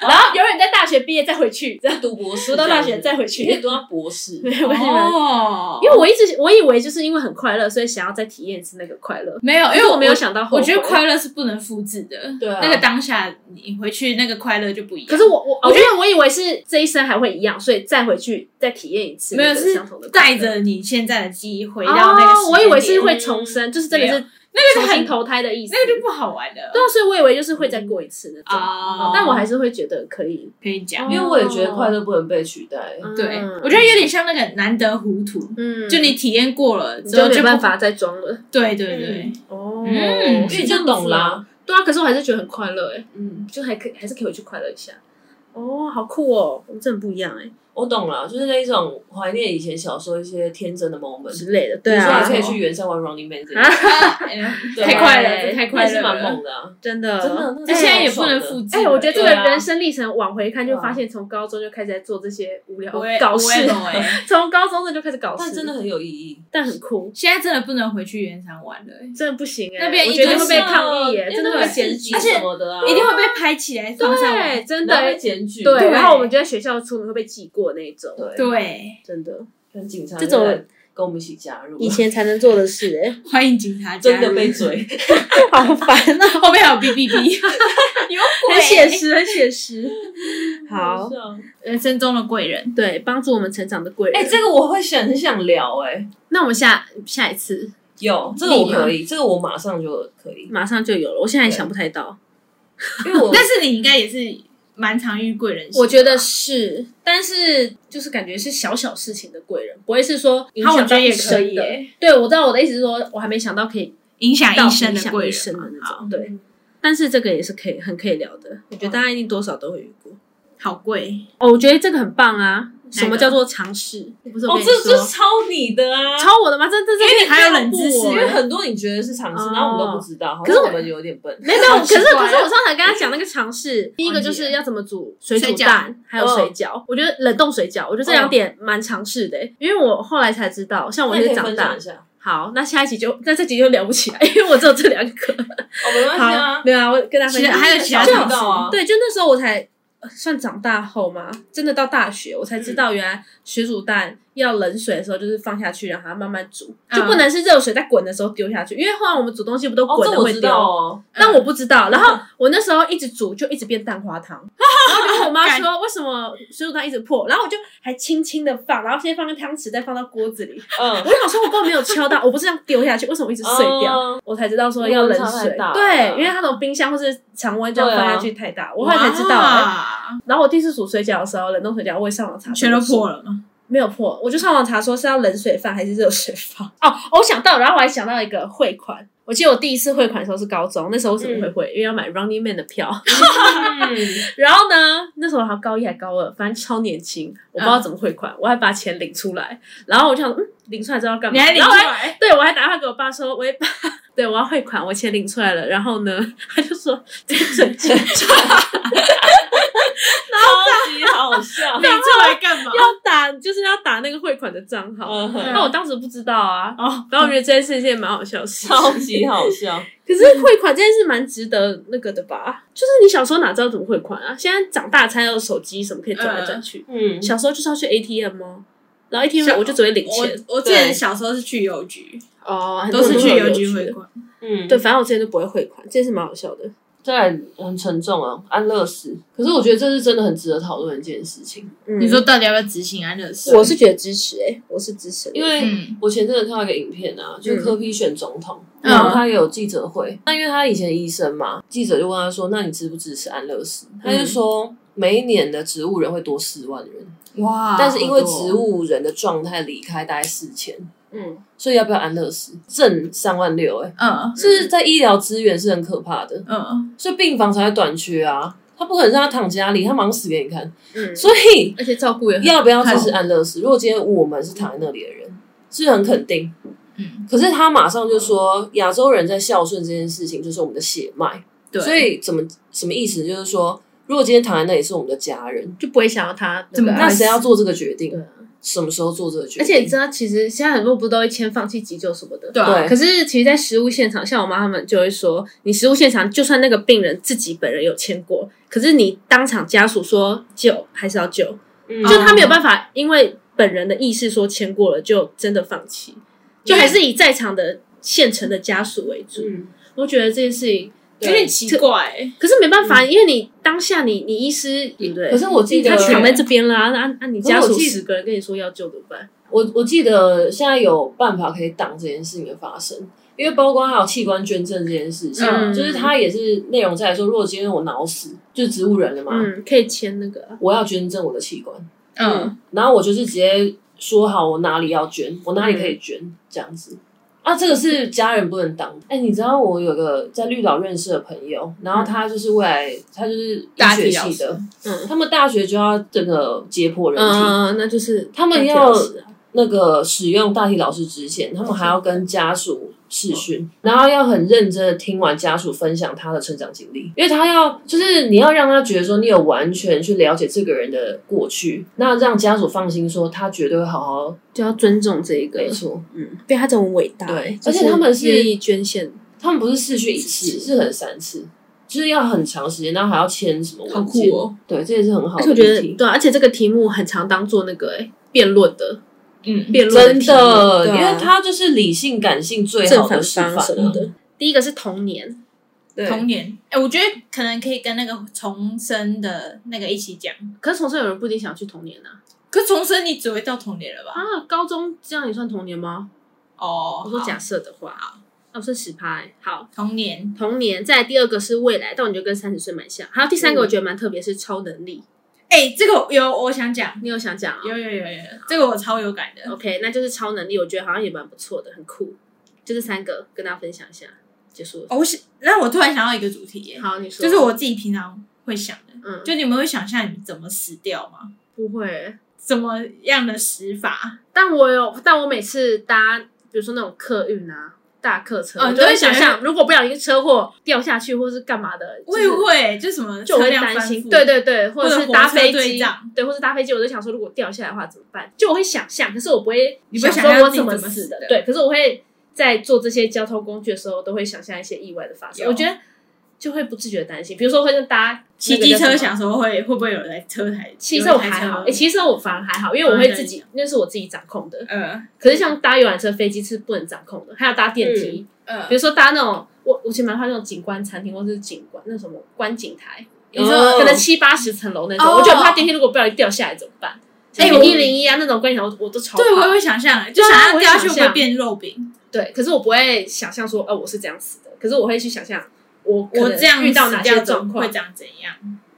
Speaker 2: 然后永远在大学毕业再回去，再
Speaker 1: 读博士，
Speaker 2: 读到大学再回
Speaker 1: 啊你可以
Speaker 2: 去。
Speaker 1: 读到博士，
Speaker 2: 没 有，为什么？
Speaker 3: 哦
Speaker 2: 因为我一直我以为就是因为很快乐，所以想要再体验一次那个快乐。
Speaker 3: 没有，因
Speaker 2: 因
Speaker 3: 为
Speaker 2: 为我没有想到后悔
Speaker 3: 我觉得快乐是不能复制的，
Speaker 1: 对啊
Speaker 3: 那个当下你回去那个快乐就不一样。
Speaker 2: 可是我我我觉得我以为是这一生还会一样，所以再回去再体验一次
Speaker 3: 没
Speaker 2: 那
Speaker 3: 有
Speaker 2: 个
Speaker 3: 是
Speaker 2: 相同的快乐
Speaker 3: 带着你现在的记忆回到那个时
Speaker 2: 哦，
Speaker 3: 间
Speaker 2: 我以
Speaker 3: 点
Speaker 2: 为是会重生，就是真的
Speaker 3: 没
Speaker 2: 是
Speaker 3: 有那个
Speaker 2: 重
Speaker 3: 就
Speaker 2: 新
Speaker 3: 很
Speaker 2: 投胎的意思。
Speaker 3: 那个就不好玩了
Speaker 2: 对啊，所以我以为就是会再过一次那种。
Speaker 3: 啊
Speaker 2: 但我还是会觉得可以。
Speaker 3: 可以讲
Speaker 2: 哦，
Speaker 1: 因为我也觉得快乐不能被取代。哦
Speaker 3: 对
Speaker 2: 嗯，
Speaker 3: 我觉得有点像那个难得糊涂，
Speaker 2: 嗯
Speaker 3: 就你体验过了
Speaker 2: 你
Speaker 3: 之
Speaker 2: 就
Speaker 3: 后
Speaker 2: 没
Speaker 3: 不
Speaker 2: 办法再装了。
Speaker 3: 对对对，
Speaker 2: 哦
Speaker 3: 嗯
Speaker 1: 因为你就懂啦，
Speaker 2: 对啊，可是我还是觉得很快乐哎、
Speaker 1: 嗯，
Speaker 2: 就还可以还是可以回去快乐一下。哦，好酷哦，我们真的不一样哎、
Speaker 1: 我懂了，就是那一种怀念以前小时候一些天真的 moment，
Speaker 2: 之类的，对
Speaker 1: 所以
Speaker 2: 啊
Speaker 1: 还，可以去圆山玩 Running Man 这
Speaker 2: 啊
Speaker 1: 个，对
Speaker 3: 哎太快了，
Speaker 2: 对
Speaker 3: 这太
Speaker 1: 那
Speaker 3: 快
Speaker 1: 也
Speaker 3: 乐
Speaker 1: 是蛮
Speaker 3: 了，
Speaker 1: 猛的啊。
Speaker 2: 真的
Speaker 1: 真的那
Speaker 3: 这
Speaker 1: 真
Speaker 3: 现
Speaker 1: 的
Speaker 3: 在也
Speaker 1: 蛮
Speaker 3: 不
Speaker 1: 爽的
Speaker 3: 能复制
Speaker 2: 哎、
Speaker 3: 了。
Speaker 2: 我觉得这个
Speaker 3: 对啊
Speaker 2: 人生历程往回看，就
Speaker 1: 对啊
Speaker 2: 发现从高中就开始在做这些无聊
Speaker 3: 我也
Speaker 2: 搞
Speaker 3: 我也
Speaker 2: 事，啊
Speaker 3: 懂哎，
Speaker 2: 从高中的就开始搞事，
Speaker 1: 但真的很有意义。
Speaker 2: 但很酷，
Speaker 3: 现在真的不能回去原厂 玩了哎，
Speaker 2: 真的不行哎、
Speaker 3: 那边
Speaker 2: 我
Speaker 3: 一
Speaker 2: 觉
Speaker 3: 堆
Speaker 2: 得会被
Speaker 3: 事啊
Speaker 2: 抗议耶、
Speaker 1: 因为
Speaker 2: 真的
Speaker 1: 那
Speaker 2: 会
Speaker 1: 个
Speaker 2: 检
Speaker 1: 剪
Speaker 2: 举
Speaker 1: 辑，什么的啊，
Speaker 3: 一定会被拍起来放上网
Speaker 2: 对，真的
Speaker 1: 然后会检举，
Speaker 2: 对，
Speaker 3: 对
Speaker 2: 然后我们就在学校出门会被记过那一种，
Speaker 1: 对，
Speaker 3: 对，
Speaker 2: 真的，
Speaker 1: 跟警察
Speaker 2: 这种
Speaker 1: 就来跟我们一起加入，
Speaker 2: 前才能做的事哎、
Speaker 3: 欢迎警察
Speaker 1: 真
Speaker 3: 加
Speaker 1: 的
Speaker 3: 入
Speaker 1: 被追，
Speaker 2: 好烦啊，
Speaker 3: 后面还有 B B B，有鬼
Speaker 2: 很写实，很写 实。好，
Speaker 1: 是啊
Speaker 3: 人生中的贵人，
Speaker 2: 对，帮助我们成长的贵人。
Speaker 1: 哎，这个我会想很想聊哎，
Speaker 2: 那我们下下一次
Speaker 1: 有这个我
Speaker 2: 立马
Speaker 1: 可以，这个我马上就可以，
Speaker 2: 马上就有了，我现在还
Speaker 1: 对
Speaker 2: 想不太到。
Speaker 1: 因为我
Speaker 3: 但是你应该也是蛮常遇贵人型的吧，啊
Speaker 2: 我觉得是，但是就是感觉是小小事情的贵人，不会是说影
Speaker 3: 好我
Speaker 2: 响
Speaker 3: 觉
Speaker 2: 到
Speaker 3: 得
Speaker 2: 一
Speaker 3: 也可以
Speaker 2: 生的。对，我知道我的意思是说，我还没想到可以
Speaker 3: 影响
Speaker 2: 到
Speaker 3: 一生
Speaker 2: 影
Speaker 3: 的
Speaker 2: 响
Speaker 3: 贵
Speaker 2: 一
Speaker 3: 人
Speaker 2: 生
Speaker 3: 嘛
Speaker 2: 的，那种。对，但是这个也是可以很可以聊的，我觉得大家一定多少都会遇过。
Speaker 3: 好贵，
Speaker 2: 哦，我觉得这个很棒啊！什
Speaker 3: 哪
Speaker 2: 么
Speaker 3: 个
Speaker 2: 叫做尝试？不是我
Speaker 1: 哦，
Speaker 2: 跟你
Speaker 1: 这这
Speaker 2: 说
Speaker 1: 是，超你的啊，
Speaker 2: 抄我的吗？这这这
Speaker 3: 因为你还有冷
Speaker 2: 这
Speaker 3: 知识
Speaker 2: 我
Speaker 1: 因为很多你觉得是常识，
Speaker 2: 哦
Speaker 1: 然后我们都不知道，好
Speaker 2: 可
Speaker 1: 像
Speaker 2: 是我
Speaker 1: 我们有点笨，
Speaker 2: 没有没有，可
Speaker 3: 奇
Speaker 2: 是
Speaker 3: 怪
Speaker 2: 可是
Speaker 3: 啊
Speaker 2: 我上次才跟他讲那个尝 试，第一个就是要怎么煮水煮
Speaker 3: 水饺
Speaker 2: 蛋，还有
Speaker 1: 哦
Speaker 2: 水饺。嗯我觉得冷冻水饺，我觉得这两点蛮尝试的欸、因为我后来才知道，像我
Speaker 1: 那你
Speaker 2: 就
Speaker 1: 可
Speaker 2: 是
Speaker 1: 以
Speaker 2: 长
Speaker 1: 分享
Speaker 2: 大
Speaker 1: 一。下，
Speaker 2: 好，那下一集就那这集就聊不起来，因为我只有这两个。
Speaker 1: 哦，没关系啊
Speaker 2: 好，，没有啊，我跟大家
Speaker 3: 其
Speaker 2: 分
Speaker 3: 实
Speaker 2: 享。
Speaker 3: 还有其他
Speaker 1: 小
Speaker 2: 就
Speaker 1: 频道啊，
Speaker 2: 对，就那时候我才呃算长大后吗？真的到大学我才知道，原来水煮蛋要冷水的时候就是放下去，让它慢慢煮，就不能是热水在滚的时候丢下去，因为后来我们煮东西不都
Speaker 1: 嗯哦，
Speaker 2: 滚
Speaker 1: 这
Speaker 2: 的
Speaker 1: 我
Speaker 2: 会
Speaker 1: 知
Speaker 2: 丢。
Speaker 1: 道嗯哦，
Speaker 2: 但我不知道，然后我那时候一直煮，就一直变蛋花 汤。然后我就跟我妈说，为什么水煮蛋一直破？然后我就还轻轻的放，然后先放个汤匙，再放到锅子里。
Speaker 1: 嗯
Speaker 2: 我，想说，我根本没有敲到，我不是这样丢下去，为什么一直 碎掉？
Speaker 1: 嗯
Speaker 2: 我才知道说要冷
Speaker 1: 温差太
Speaker 2: 水
Speaker 1: 大，
Speaker 2: 对，因为它那种冰箱或是常温这样放下去太大，我后来才知道。
Speaker 3: 啊
Speaker 2: 哎
Speaker 3: 哇
Speaker 2: 然后我第一次煮水饺的时候，冷冻水饺我也上网查，
Speaker 3: 全都破了嘛。
Speaker 2: 没有破，我就上网查说是要冷水放还是热水 放。哦，我想到，然后我还想到一个汇款。我记得我第一次汇款的时候是高中，那时候为什么
Speaker 3: 嗯
Speaker 2: 会汇？因为要买 Running Man 的票。
Speaker 1: 嗯
Speaker 2: 然后呢，那时候还高一还高二，反正超年轻，我不知道
Speaker 3: 嗯
Speaker 2: 怎么汇款，我还把钱领出来。然后我就想，嗯，领出来之后要干嘛？
Speaker 3: 你还领
Speaker 2: 然
Speaker 3: 出
Speaker 2: 后我还
Speaker 3: 来？
Speaker 2: 对，我还打电话给我爸说，喂爸， 对我要汇款，我钱领出来了。然后呢，他就说这个是钱，
Speaker 1: 超级好笑
Speaker 3: 你。出哦来干嘛？
Speaker 2: 要打就是要打那个汇款的账号。
Speaker 1: 嗯哼
Speaker 2: 那、我当时不知道啊，
Speaker 3: 哦，
Speaker 2: 然后我觉得这件事情也蛮好笑的事情。
Speaker 1: 超级好笑，
Speaker 2: 可是汇款这件事蛮值得那个的吧？就是你小时候哪知道怎么汇款啊？现在长大才有手机什么可以转来转去，
Speaker 1: 嗯，
Speaker 2: 小时候就是要去 ATM 哦。然后 ATM
Speaker 3: 小
Speaker 2: 我就只会领钱
Speaker 3: 我我之前
Speaker 1: 对
Speaker 3: 小时候是去邮局，
Speaker 2: 哦，
Speaker 3: 都是去邮
Speaker 2: 邮
Speaker 3: 局
Speaker 2: 局
Speaker 3: 汇
Speaker 2: 的。
Speaker 3: 款。
Speaker 1: 嗯，
Speaker 2: 对，反正我之前都不会汇款，这件事蛮好笑的。
Speaker 1: 再来很沉重啊，安乐死。可是我觉得这是真的很值得讨论的一件事情，
Speaker 2: 嗯
Speaker 3: 你说到底要不要执行安乐死？
Speaker 2: 我是觉得支持哎、我是支持的，
Speaker 1: 因为
Speaker 3: 嗯
Speaker 1: 我前阵子看到一个影片啊，就是科比选总统，
Speaker 3: 嗯
Speaker 1: 然后他也有记者会，那因为他以前医生嘛，记者就问他说：“那你支不支持安乐死？”他就说。每一年的植物人会多四万人，
Speaker 3: 哇
Speaker 1: 但是因
Speaker 2: 哦
Speaker 1: 为植
Speaker 3: 物。
Speaker 1: 物人的状态离开大概四千，
Speaker 2: 嗯，
Speaker 1: 所以要不要安乐死？挣三万六，哎，
Speaker 3: 嗯
Speaker 1: 是在医疗资源是很可怕的，
Speaker 3: 嗯，
Speaker 1: 所以病房才会短缺啊。他不可能让他躺家里，他忙死给你看。
Speaker 2: 嗯
Speaker 1: 所以
Speaker 2: 而且照顾也很
Speaker 1: 要不要支持安乐死？如果今天我们是躺在那里的人，是很肯定。
Speaker 3: 嗯，
Speaker 1: 可是他马上就说，亚洲人在孝顺这件事情就是我们的血脉，
Speaker 3: 对。
Speaker 1: 所以怎么什么意思？就是说，如果今天躺在那里是我们的家人，
Speaker 2: 就不会想要他
Speaker 3: 怎么
Speaker 2: 那个
Speaker 1: 那
Speaker 2: 啊
Speaker 1: 谁要做这个决定
Speaker 2: 对啊？
Speaker 1: 什么时候做这个决定？
Speaker 2: 而且你知道，其实现在很多不都会签放弃急救什么的，
Speaker 3: 对啊
Speaker 1: 对
Speaker 2: 可是其实，在实物现场，像我妈他们就会说，你实物现场，就算那个病人自己本人有签过，可是你当场家属说救，还是要救，
Speaker 1: 嗯
Speaker 2: 就他没有办法，因为本人的意识说签过了，就真的放弃，就还是以在场的现成的家属为主。
Speaker 1: 嗯
Speaker 2: 我觉得这件事情
Speaker 3: 有点奇怪、欸，
Speaker 2: 可是没办法，因为你当下你你医师对不对？
Speaker 1: 嗯可是我记得
Speaker 2: 他躺在这边啦，那那你家
Speaker 1: 可是
Speaker 2: 属
Speaker 1: 我记
Speaker 2: 十个人跟你说要救怎么办？
Speaker 1: 我我记得现在有办法可以挡这件事情的发生，因为包括还有器官捐赠这件事情，
Speaker 3: 嗯
Speaker 1: 就是它也是内容在说，如果今天我脑死，就是植物人了嘛，
Speaker 2: 嗯，可以签那个啊、
Speaker 1: 我要捐赠我的器官，
Speaker 3: 嗯，
Speaker 1: 然后我就是直接说好我哪里要捐，我哪里可以捐、这样子。啊，这个是家人不能挡。哎、你知道我有个在绿岛认识的朋友，然后他就是未来他就是医
Speaker 3: 大
Speaker 1: 学
Speaker 3: 体老
Speaker 1: 系
Speaker 3: 师
Speaker 1: 的，
Speaker 2: 嗯
Speaker 1: 他们大学就要这个解剖人体，
Speaker 2: 嗯，那就是
Speaker 1: 他们
Speaker 2: 那
Speaker 1: 要
Speaker 2: 确实啊
Speaker 1: 那个使用大体老师之前，他们还要跟家属视讯，然后要很认真的听完家属分享他的成长经历，因为他要就是你要让他觉得说你有完全去了解这个人的过去，那让家属放心说他绝对会好好。
Speaker 2: 就要尊重这一个
Speaker 1: 没，错，
Speaker 2: 嗯，被他这种伟大，
Speaker 1: 对
Speaker 2: 就
Speaker 1: 而且他们是
Speaker 2: 愿意捐献，
Speaker 1: 他们不是视讯一次，是可能三次，就是要很长时间，然后还要签什么文件。
Speaker 3: 好酷哦！
Speaker 1: 对，这也是很好
Speaker 2: 而
Speaker 1: 的
Speaker 2: 且我
Speaker 1: 议
Speaker 2: 觉
Speaker 1: 题
Speaker 2: 得。对啊、而且这个题目很常当做那个哎辩论的
Speaker 3: 嗯，
Speaker 2: 辩论
Speaker 1: 真
Speaker 2: 题目
Speaker 1: 的，
Speaker 2: 对
Speaker 1: 因
Speaker 2: 啊
Speaker 1: 为他就是理性感性最
Speaker 2: 正
Speaker 1: 好的
Speaker 2: 反
Speaker 1: 示范啊
Speaker 2: 方什
Speaker 1: 了
Speaker 2: 么的。第一个是童年，
Speaker 1: 对
Speaker 3: 童年，哎、我觉得可能可以跟那个重生的那个一起讲，
Speaker 2: 可是重生有人不一定想去童年啊
Speaker 3: 可是重生你只会到童年了吧？
Speaker 2: 啊！高中这样也算童年吗？
Speaker 3: 哦，
Speaker 2: 我说
Speaker 3: 好
Speaker 2: 假设的话，那我是十趴、欸，好。
Speaker 3: 童年，
Speaker 2: 童年，再来第二个是未来，但我觉得跟三十岁蛮像。还有第三
Speaker 1: 嗯
Speaker 2: 个，我觉得蛮特别，是超能力。
Speaker 3: 哎、这个有我想讲，
Speaker 2: 你有想讲啊、
Speaker 3: 有有有有，这个我超有感的。
Speaker 2: OK，那就是超能力，我觉得好像也蛮不错的，很酷。就这三个，跟大家分享一下，结束了。
Speaker 3: 哦，我想，让我突然想到一个主题耶、
Speaker 2: 好，你说。
Speaker 3: 就是我自己平常会想的，
Speaker 2: 嗯
Speaker 3: 就你们会想象你怎么死掉吗？
Speaker 2: 不会，
Speaker 3: 怎么样的死法？
Speaker 2: 但我有，但我每次搭，比如说那种客运啊。大客车，
Speaker 3: 哦
Speaker 2: 我
Speaker 3: 你
Speaker 2: 就
Speaker 3: 都
Speaker 2: 会
Speaker 3: 会
Speaker 2: 想
Speaker 3: 觉得
Speaker 2: 象，如果不小心车祸掉下去，或是干嘛的，
Speaker 3: 我
Speaker 2: 就是
Speaker 3: 也会，就什么
Speaker 2: 就我
Speaker 3: 车
Speaker 2: 会
Speaker 3: 辆
Speaker 2: 担
Speaker 3: 翻
Speaker 2: 心，
Speaker 3: 覆，
Speaker 2: 对对对，或
Speaker 3: 或
Speaker 2: 者
Speaker 3: 者
Speaker 2: 是搭
Speaker 3: 火车
Speaker 2: 飞
Speaker 3: 对
Speaker 2: 机
Speaker 3: 仗，
Speaker 2: 对，或是搭飞机，我就想说，如果掉下来的话怎么办？就我会想象，可是我不会，
Speaker 3: 你不会想
Speaker 2: 说
Speaker 3: 象
Speaker 2: 我
Speaker 3: 自己
Speaker 2: 么
Speaker 3: 怎么
Speaker 2: 死
Speaker 3: 死的
Speaker 2: 对，可是我会在做这些交通工具的时候，都会想象一些意外的发生。
Speaker 3: 有
Speaker 2: 我觉得就会不自觉地担心，比如说会是搭
Speaker 3: 骑
Speaker 2: 那个
Speaker 3: 机
Speaker 2: 叫什
Speaker 3: 车
Speaker 2: 么
Speaker 3: 想说会会不会有人来车台？
Speaker 2: 骑
Speaker 3: 有
Speaker 2: 车我
Speaker 3: 人开
Speaker 2: 还好，
Speaker 3: 车哦
Speaker 2: 诶，骑车我反而还好，因为我
Speaker 3: 反而
Speaker 2: 会
Speaker 3: 还
Speaker 2: 自己，那是我自己掌控的。
Speaker 3: 呃
Speaker 2: 可是像搭游览车、飞机是不能掌控的，还有搭电梯，
Speaker 1: 嗯
Speaker 3: 呃
Speaker 2: 比，如说搭那种我我其实蛮怕那种景观餐厅或是景观那什么观景台，
Speaker 5: 哦
Speaker 1: 你
Speaker 2: 说可能七八十层楼那种，
Speaker 3: 哦
Speaker 2: 我就很怕电梯如果不小心掉下来怎么
Speaker 5: 哦
Speaker 2: 办？像
Speaker 3: 诶我
Speaker 2: 一零一啊那种观景台我我都超怕。
Speaker 3: 对，我也会想象，就
Speaker 2: 对啊
Speaker 3: 想要
Speaker 2: 我也
Speaker 3: 掉下去会
Speaker 2: 想
Speaker 3: 不会
Speaker 2: 象
Speaker 3: 变肉饼？
Speaker 2: 对，可是我不会想象说，哦，我是这样死的，可是我会去想象我可
Speaker 3: 我
Speaker 2: 能
Speaker 3: 这样
Speaker 2: 遇到
Speaker 3: 死
Speaker 2: 哪
Speaker 3: 掉
Speaker 2: 些
Speaker 3: 怎么
Speaker 2: 状况
Speaker 3: 会，长怎样？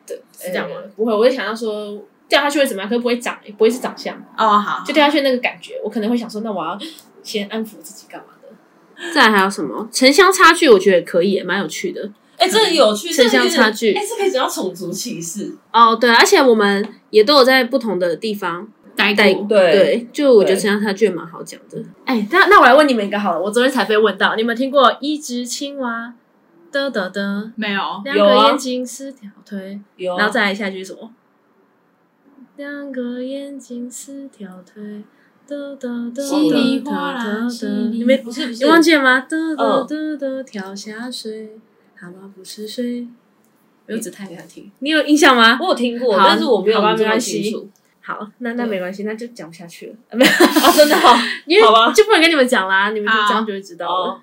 Speaker 2: 对，
Speaker 3: 是这样吗
Speaker 2: 呃不会，我会想象说掉下去会怎么样，可是不会长，不会是长相，
Speaker 3: 哦，好，
Speaker 2: 就掉下去那个感觉，我可能会想说，那我要先安抚自己干嘛的？
Speaker 5: 再来还有什么城乡差距？我觉得也可以，也蛮有趣的。
Speaker 1: 哎、这个有趣，
Speaker 5: 城乡
Speaker 1: 这个有点
Speaker 5: 差距
Speaker 1: 哎、这可以讲到种族歧视，
Speaker 5: 哦，对，而且我们也都有在不同的地方
Speaker 3: 待
Speaker 5: 待
Speaker 3: 过。
Speaker 1: 对
Speaker 5: 对，就我觉得
Speaker 1: 对
Speaker 5: 城乡差距也蛮好讲的。
Speaker 2: 哎，那那我来问你们一个好了，我昨天才被问到，你们听过一只青蛙？得得得，
Speaker 3: 没有，
Speaker 2: 两
Speaker 1: 有
Speaker 2: 个
Speaker 1: 啊
Speaker 2: 眼睛是条腿，
Speaker 5: 啊
Speaker 1: 有啊
Speaker 2: 然后再来下一句是什么？两个眼睛是条腿，哒哒哒
Speaker 1: 稀里
Speaker 3: 哗啦稀里
Speaker 2: 你们
Speaker 1: 不是不是
Speaker 2: 你忘记了吗？哒哒
Speaker 1: 嗯
Speaker 2: 哒哒跳下水，蛤蟆不吃水。
Speaker 1: 没有只太给他听，
Speaker 2: 你有印象吗？
Speaker 1: 我有听过，
Speaker 2: 好
Speaker 1: 但是我没有
Speaker 2: 好吧
Speaker 1: 这
Speaker 2: 没
Speaker 1: 么
Speaker 2: 关系
Speaker 1: 清 楚
Speaker 2: 好，那那没关系，那就讲不下去了， 啊没有，
Speaker 1: 啊，真 的哦
Speaker 2: 因为
Speaker 1: 好吧
Speaker 2: 就不能跟你们讲啦，你们就
Speaker 3: 好
Speaker 2: 这样就会知道了。
Speaker 1: 哦，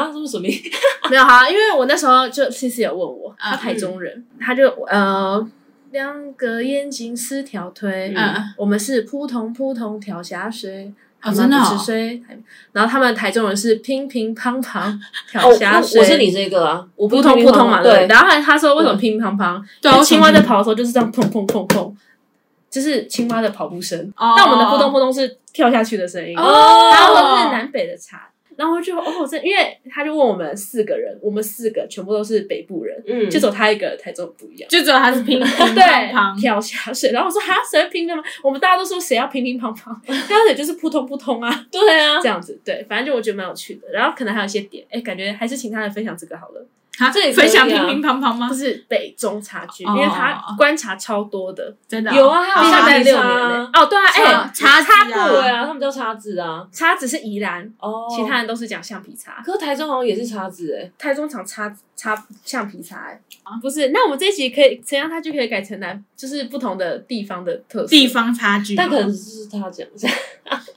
Speaker 1: 啊，这是什么意思？
Speaker 2: 没有啊哈，因为我那时候就 C C 有问我，
Speaker 3: 嗯
Speaker 2: 他台中人，他就呃两个眼睛是条腿，
Speaker 3: 嗯
Speaker 2: 我们是扑通扑通跳下水。
Speaker 3: 哦真的哦
Speaker 2: 蛤蟆不吃水，然后他们台中人是乒乒乓 乓
Speaker 1: 哦，
Speaker 2: 跳下
Speaker 1: 我
Speaker 2: 水，
Speaker 1: 我是你这个啊，我
Speaker 2: 扑通扑通嘛，对。
Speaker 1: 对，
Speaker 2: 然后还他说为什么乒乒乓乓？
Speaker 3: 对
Speaker 2: 因为
Speaker 3: 我
Speaker 2: 青
Speaker 3: 想
Speaker 2: 蛙在
Speaker 3: 听
Speaker 2: 跑的时候就是这样砰砰砰砰，就是青蛙的跑步声。
Speaker 3: 哦
Speaker 2: 但我们的扑通扑通是跳下去的声音。
Speaker 3: 哦
Speaker 2: 然后我是南北的差。然后我就哦，这因为他就问我们四个人，我们四个全部都是北部人，
Speaker 1: 嗯，
Speaker 2: 就只有他一个台中不一样。
Speaker 3: 就只有他 是拼拼
Speaker 2: 对，
Speaker 3: 乓
Speaker 2: 跳下水，然后我说哈，谁会乒乓乓？我们大家都说谁要乒乒 乓乓，跳下水就是扑通扑通啊，
Speaker 1: 对啊
Speaker 2: 这，样子对，反正就我觉得蛮有趣的。然后可能还有一些点，哎，感觉还是请他来分享这个好了。
Speaker 3: 啊
Speaker 1: 这也可以啊
Speaker 3: 分享乒乒乓乓吗
Speaker 2: 不？是北中差距，
Speaker 3: 啊哦
Speaker 2: 因为他观察超多的，
Speaker 3: 真的哦
Speaker 1: 有啊，还
Speaker 2: 比
Speaker 1: 有
Speaker 2: 他
Speaker 1: 叉
Speaker 2: 待
Speaker 1: 子
Speaker 2: 六
Speaker 1: 叉
Speaker 2: 年
Speaker 1: 啊
Speaker 2: 呢。哦，对啊，哎，
Speaker 3: 叉叉
Speaker 2: 布
Speaker 1: 对啊，他们叫叉子啊，
Speaker 2: 叉子是宜兰，
Speaker 1: 哦，
Speaker 2: 其他人都是讲橡皮擦。
Speaker 1: 可是台中好像也是叉子哎，
Speaker 2: 台中厂擦擦橡皮擦、欸，不是？那我们这一集可以怎样？它就可以改成南，就是不同的地方的特色。
Speaker 3: 地方差距嘛，
Speaker 1: 但可能是他讲 这样，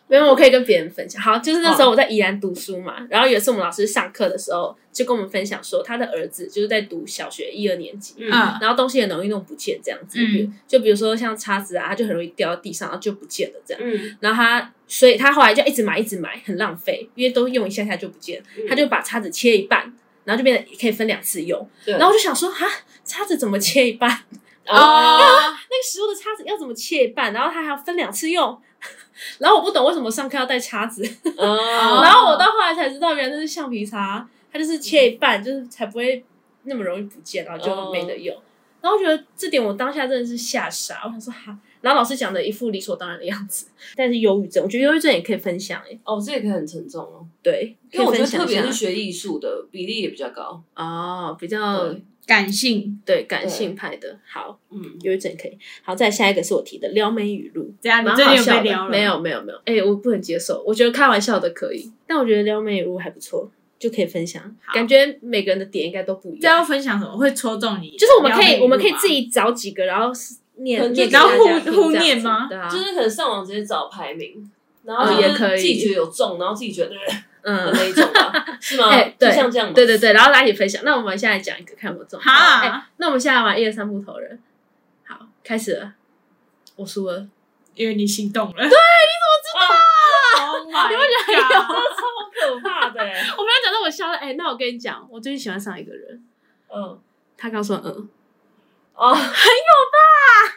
Speaker 2: 没有，我可以跟别人分享。好，就是那时候我在宜兰读书嘛，然后有一次我们老师上课的时候就跟我们分享说，他的儿子就是在读小学一二年级，
Speaker 3: 嗯
Speaker 2: 然后东西很容易弄不见这样子，
Speaker 3: 嗯
Speaker 2: 比如就比如说像叉子啊，它就很容易掉到地上，然后就不见了这样。
Speaker 1: 嗯，
Speaker 2: 然后他，所以他后来就一直买，一直买，很浪费，因为都用一下下就不见了。
Speaker 1: 嗯
Speaker 2: 他就把叉子切一半，然后就变得可以分两次用。
Speaker 1: 对
Speaker 2: 然后我就想说，哈，叉子怎么切一半？ 嗯
Speaker 3: 哦，
Speaker 2: 那个时候的叉子要怎么切一半？然后它还要分两次用。 然后我不懂为什么上课要带叉子，
Speaker 1: 哦
Speaker 2: 然后我到后来才知道，原来那是橡皮擦，它就是切一
Speaker 1: 嗯
Speaker 2: 半，就是才不会那么容易不见，然后
Speaker 1: 哦
Speaker 2: 就没得用。然后我觉得这点我当下真的是吓傻，我想说哈。然后老师讲的一副理所当然的样子，但是忧郁症，我觉得忧郁症也可以分享哎、
Speaker 1: 哦，这也可以很沉重哦，
Speaker 2: 对，
Speaker 1: 因为我
Speaker 2: 可以
Speaker 1: 觉得
Speaker 2: 分享
Speaker 1: 特
Speaker 2: 一下
Speaker 1: 别是学艺术的比例也比较高，
Speaker 2: 哦，比较
Speaker 1: 对
Speaker 3: 感性
Speaker 2: 对感性派的，好，
Speaker 1: 嗯，
Speaker 2: 忧郁症可以。好，再下一个是我提的撩妹语录，
Speaker 3: 这样，你
Speaker 2: 蛮
Speaker 3: 最
Speaker 2: 好
Speaker 3: 近有
Speaker 2: 笑
Speaker 3: 被
Speaker 2: 的
Speaker 3: 撩了？
Speaker 2: 没，有没有没有，哎、我不能接受。我觉得开玩笑的可以，但我觉得撩妹如果还不错，就可以分享。
Speaker 3: 好
Speaker 2: 感觉每个人的点应该都不一
Speaker 3: 这
Speaker 2: 样，
Speaker 3: 要分享什么会戳中你？
Speaker 2: 就是我们可
Speaker 3: 撩妹语
Speaker 2: 以
Speaker 3: 录
Speaker 2: 我们可以
Speaker 3: 吗
Speaker 2: 自己找几个，然后
Speaker 1: 可
Speaker 2: 念，
Speaker 1: 能
Speaker 2: 念
Speaker 1: 就
Speaker 2: 给
Speaker 1: 然后
Speaker 2: 大家
Speaker 3: 互
Speaker 2: 听
Speaker 3: 互
Speaker 2: 这样
Speaker 3: 念
Speaker 2: 子
Speaker 3: 吗
Speaker 2: 对啊，
Speaker 1: 就是可能上网直接找排名，然
Speaker 2: 哦
Speaker 1: 后
Speaker 2: 也
Speaker 1: 就是
Speaker 2: 可以
Speaker 1: 自己觉得有中，然后自己觉得呃
Speaker 2: 嗯
Speaker 1: 的。那一种吧，是吗？
Speaker 2: 哎对
Speaker 1: 就像这样嘛，
Speaker 2: 对对对，然后大家一起分享。那我们现在讲一个，看我中。
Speaker 3: 哈
Speaker 2: 哎那我们现在玩一二三木头人，好，开始了。我输了，
Speaker 3: 因为你心动了。对，你 Oh 怎么知 道？你会觉得很有？
Speaker 1: 超可怕的欸，
Speaker 2: 我没有讲到我笑了。哎、那我跟你讲，我最近喜欢上一个人，
Speaker 1: 嗯，
Speaker 2: 他刚说嗯，
Speaker 1: 哦，很有吧？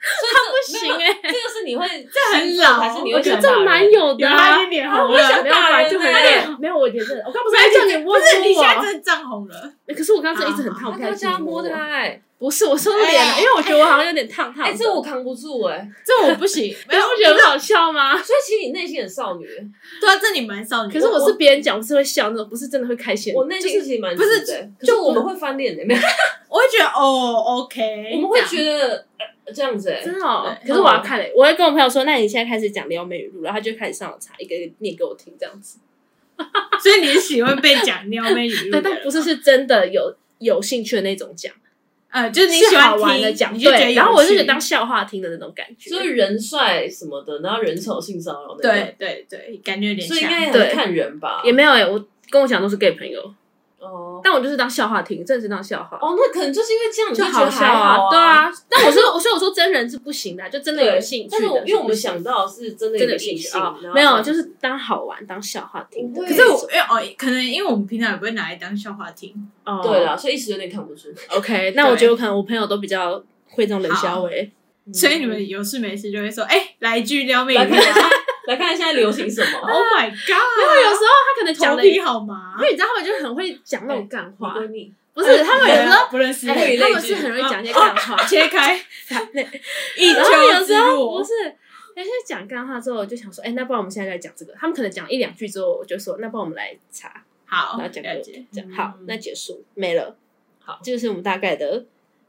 Speaker 2: 不行哎、
Speaker 1: 这个是你会
Speaker 3: 这很老
Speaker 1: 还是你
Speaker 2: 我
Speaker 1: 会
Speaker 2: 觉
Speaker 1: 想
Speaker 2: 得这
Speaker 1: 打
Speaker 2: 蛮
Speaker 1: 人
Speaker 2: 有的、
Speaker 3: 有
Speaker 2: 啊
Speaker 3: 啊，。你脸红
Speaker 1: 我想
Speaker 2: 没有，本来就很
Speaker 1: 打人
Speaker 2: 累。没有，我觉得啊我刚不是
Speaker 3: 没有
Speaker 2: 在叫你问
Speaker 3: 不是，你现在
Speaker 2: 我，
Speaker 3: 真的涨红 了。
Speaker 2: 可是我刚刚真的一直很烫，
Speaker 1: 他
Speaker 2: 我
Speaker 1: 都
Speaker 2: 不太
Speaker 1: 这样
Speaker 2: 能
Speaker 1: 摸他，哎，
Speaker 2: 不是我说脸啊，因为我觉得我好像有点烫烫的。
Speaker 1: 哎，这我扛不住哎，
Speaker 3: 这我不行， 没
Speaker 2: 你
Speaker 3: 有
Speaker 2: 不觉得很好笑吗？
Speaker 1: 所以其实你内心很少女欸，
Speaker 3: 对啊，这你蛮少女。
Speaker 2: 可是我是别人讲，我是会笑那种，不是真的会开心。
Speaker 1: 我内
Speaker 2: 就是哎
Speaker 1: 心其实蛮
Speaker 3: 不是
Speaker 1: 直的欸，
Speaker 3: 就
Speaker 1: 就我们会翻脸的，欸没有
Speaker 3: 我会觉得哦，OK，
Speaker 1: 我们会
Speaker 3: 这样
Speaker 1: 觉得呃这样子哎，
Speaker 2: 真的哦。
Speaker 3: 对
Speaker 2: 可是我要看嘞，我会跟我朋友说，那你现在开始讲撩妹语录，然后他就开始上网查，一个一个念给我听，这样子。
Speaker 3: 所以你是喜欢被讲撩妹语录的
Speaker 2: 对，
Speaker 3: 人。
Speaker 2: 但不是是真的有有兴趣的那种奖，
Speaker 3: 呃，就是你喜
Speaker 2: 是好
Speaker 3: 欢
Speaker 2: 玩的
Speaker 3: 听，
Speaker 2: 奖，
Speaker 3: 你就觉得
Speaker 2: 对。
Speaker 3: 有
Speaker 2: 然后我就
Speaker 3: 趣
Speaker 2: 觉得当笑话听的那种感觉，
Speaker 1: 就是人帅什么的，然后人丑性骚扰那种，
Speaker 3: 对对对，感觉有点
Speaker 1: 所以应
Speaker 3: 像。
Speaker 1: 该还
Speaker 2: 对
Speaker 1: 是看人吧。
Speaker 2: 也没有哎、我跟我讲都是 gay 朋友，
Speaker 1: 哦
Speaker 2: 但我就是当笑话听，真的是当笑话。
Speaker 1: 哦，那可能就是因为这样，你
Speaker 2: 就
Speaker 1: 觉
Speaker 2: 好
Speaker 1: 得
Speaker 2: 笑
Speaker 1: 还好哦
Speaker 2: 对， 啊。但我说，我说我说真人是不行的啊，就真的有兴趣的。
Speaker 1: 但是我因为我
Speaker 2: 不
Speaker 1: 们
Speaker 2: 行
Speaker 1: 想到是真的
Speaker 2: 真
Speaker 1: 有
Speaker 2: 的有
Speaker 1: 异
Speaker 2: 兴趣
Speaker 1: 性
Speaker 2: 啊
Speaker 1: 然，后
Speaker 2: 没有，就是当好玩当笑话听的。
Speaker 1: 不会
Speaker 3: 可是我，因为哦，可能因为我们平常也不会拿来当笑话听。
Speaker 2: 哦
Speaker 1: 啊对啦，所以一时有点看不出来。
Speaker 2: ，OK，那我觉得可能我朋友都比较会这种冷笑欸
Speaker 3: 好
Speaker 2: 味。
Speaker 3: 所以你 们有事没事就会说，哎、来一句撩妹语。
Speaker 1: 来
Speaker 3: Oh
Speaker 1: 看一下， 来看一下流行什么。
Speaker 2: 哦
Speaker 3: my
Speaker 1: 啊
Speaker 2: 有
Speaker 3: god！
Speaker 2: 时候他可能讲
Speaker 3: 头
Speaker 2: 的，
Speaker 3: 皮
Speaker 2: 因
Speaker 3: 好麻。
Speaker 2: 为你知道他们就很会讲那种干话，
Speaker 1: 哎你
Speaker 2: 不是他们有时候。
Speaker 3: 不认识，
Speaker 2: 哎，他们是很容易讲一些干话，
Speaker 3: 切开， 一
Speaker 2: 然后有
Speaker 3: 丘之
Speaker 2: 时候不
Speaker 3: 貉。
Speaker 2: 是，有些讲干话之后，我就想说，哎，那不然我们现在来讲这个。他们可能讲一两句之后，我就说，那不然我们来查，
Speaker 3: 好，
Speaker 2: 然后
Speaker 3: 了
Speaker 2: 讲个
Speaker 3: 解。
Speaker 2: 这样好
Speaker 1: 嗯，
Speaker 2: 那结束没了。
Speaker 1: 好
Speaker 2: 这就是我们大概的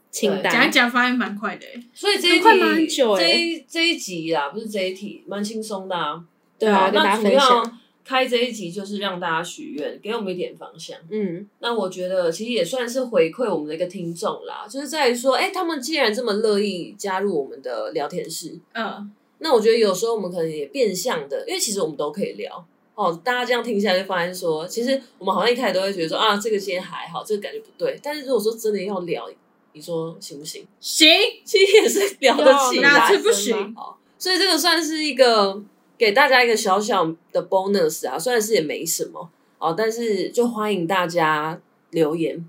Speaker 2: 清
Speaker 3: 讲一
Speaker 2: 单。
Speaker 3: 讲发现蛮快的欸，
Speaker 1: 所以这一题
Speaker 2: 很快吗很久欸
Speaker 1: 这一这一集啦，不是这一题，蛮轻松的啊。
Speaker 2: 对啊，跟大
Speaker 1: 那
Speaker 2: 家
Speaker 1: 主
Speaker 2: 分享。
Speaker 1: 要开这一集就是让大家许愿，给我们一点方向。
Speaker 2: 嗯，
Speaker 1: 那我觉得其实也算是回馈我们的一个听众啦，就是在于说，哎、他们既然这么乐意加入我们的聊天室，
Speaker 3: 嗯，
Speaker 1: 那我觉得有时候我们可能也变相的，因为其实我们都可以聊。哦，大家这样听下来就发现说，其实我们好像一开始都会觉得说啊，这个今天还好，这个感觉不对。但是如果说真的要聊，你说行不行？
Speaker 3: 行，
Speaker 1: 其实也是聊得起
Speaker 2: 有
Speaker 1: 来
Speaker 3: 哪
Speaker 2: 啦，
Speaker 3: 次不
Speaker 2: 真
Speaker 3: 行？
Speaker 1: 好，所以这个算是一个给大家一个小小的 bonus 啊，虽然是也没什么哦，但是就欢迎大家留言，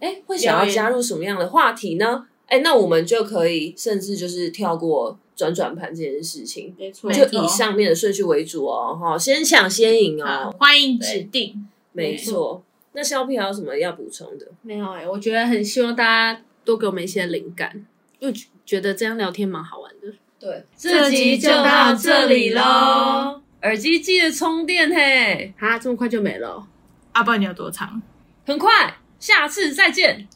Speaker 1: 哎，会想要
Speaker 3: 留言
Speaker 1: 加入什么样的话题呢？哎，那我们就可以甚至就是跳过转转盘这件事情，
Speaker 2: 没错
Speaker 1: 就
Speaker 3: 没错
Speaker 1: 以上面的顺序为主哦，哈、先抢先赢
Speaker 3: 好，
Speaker 1: 哦，
Speaker 3: 欢迎指定。
Speaker 1: 没
Speaker 2: 没
Speaker 1: 错。那肖皮还有什么要补充的？
Speaker 2: 没有哎、我觉得很希望大家多给我们一些灵感，因为觉得这样聊天蛮好玩的。
Speaker 1: 对，
Speaker 2: 这集就到这里咯，
Speaker 1: 耳机记得充电嘿，
Speaker 2: 啊，这么快就没了哦、
Speaker 3: 阿爸，不然你有多长？
Speaker 1: 很快，下次再见。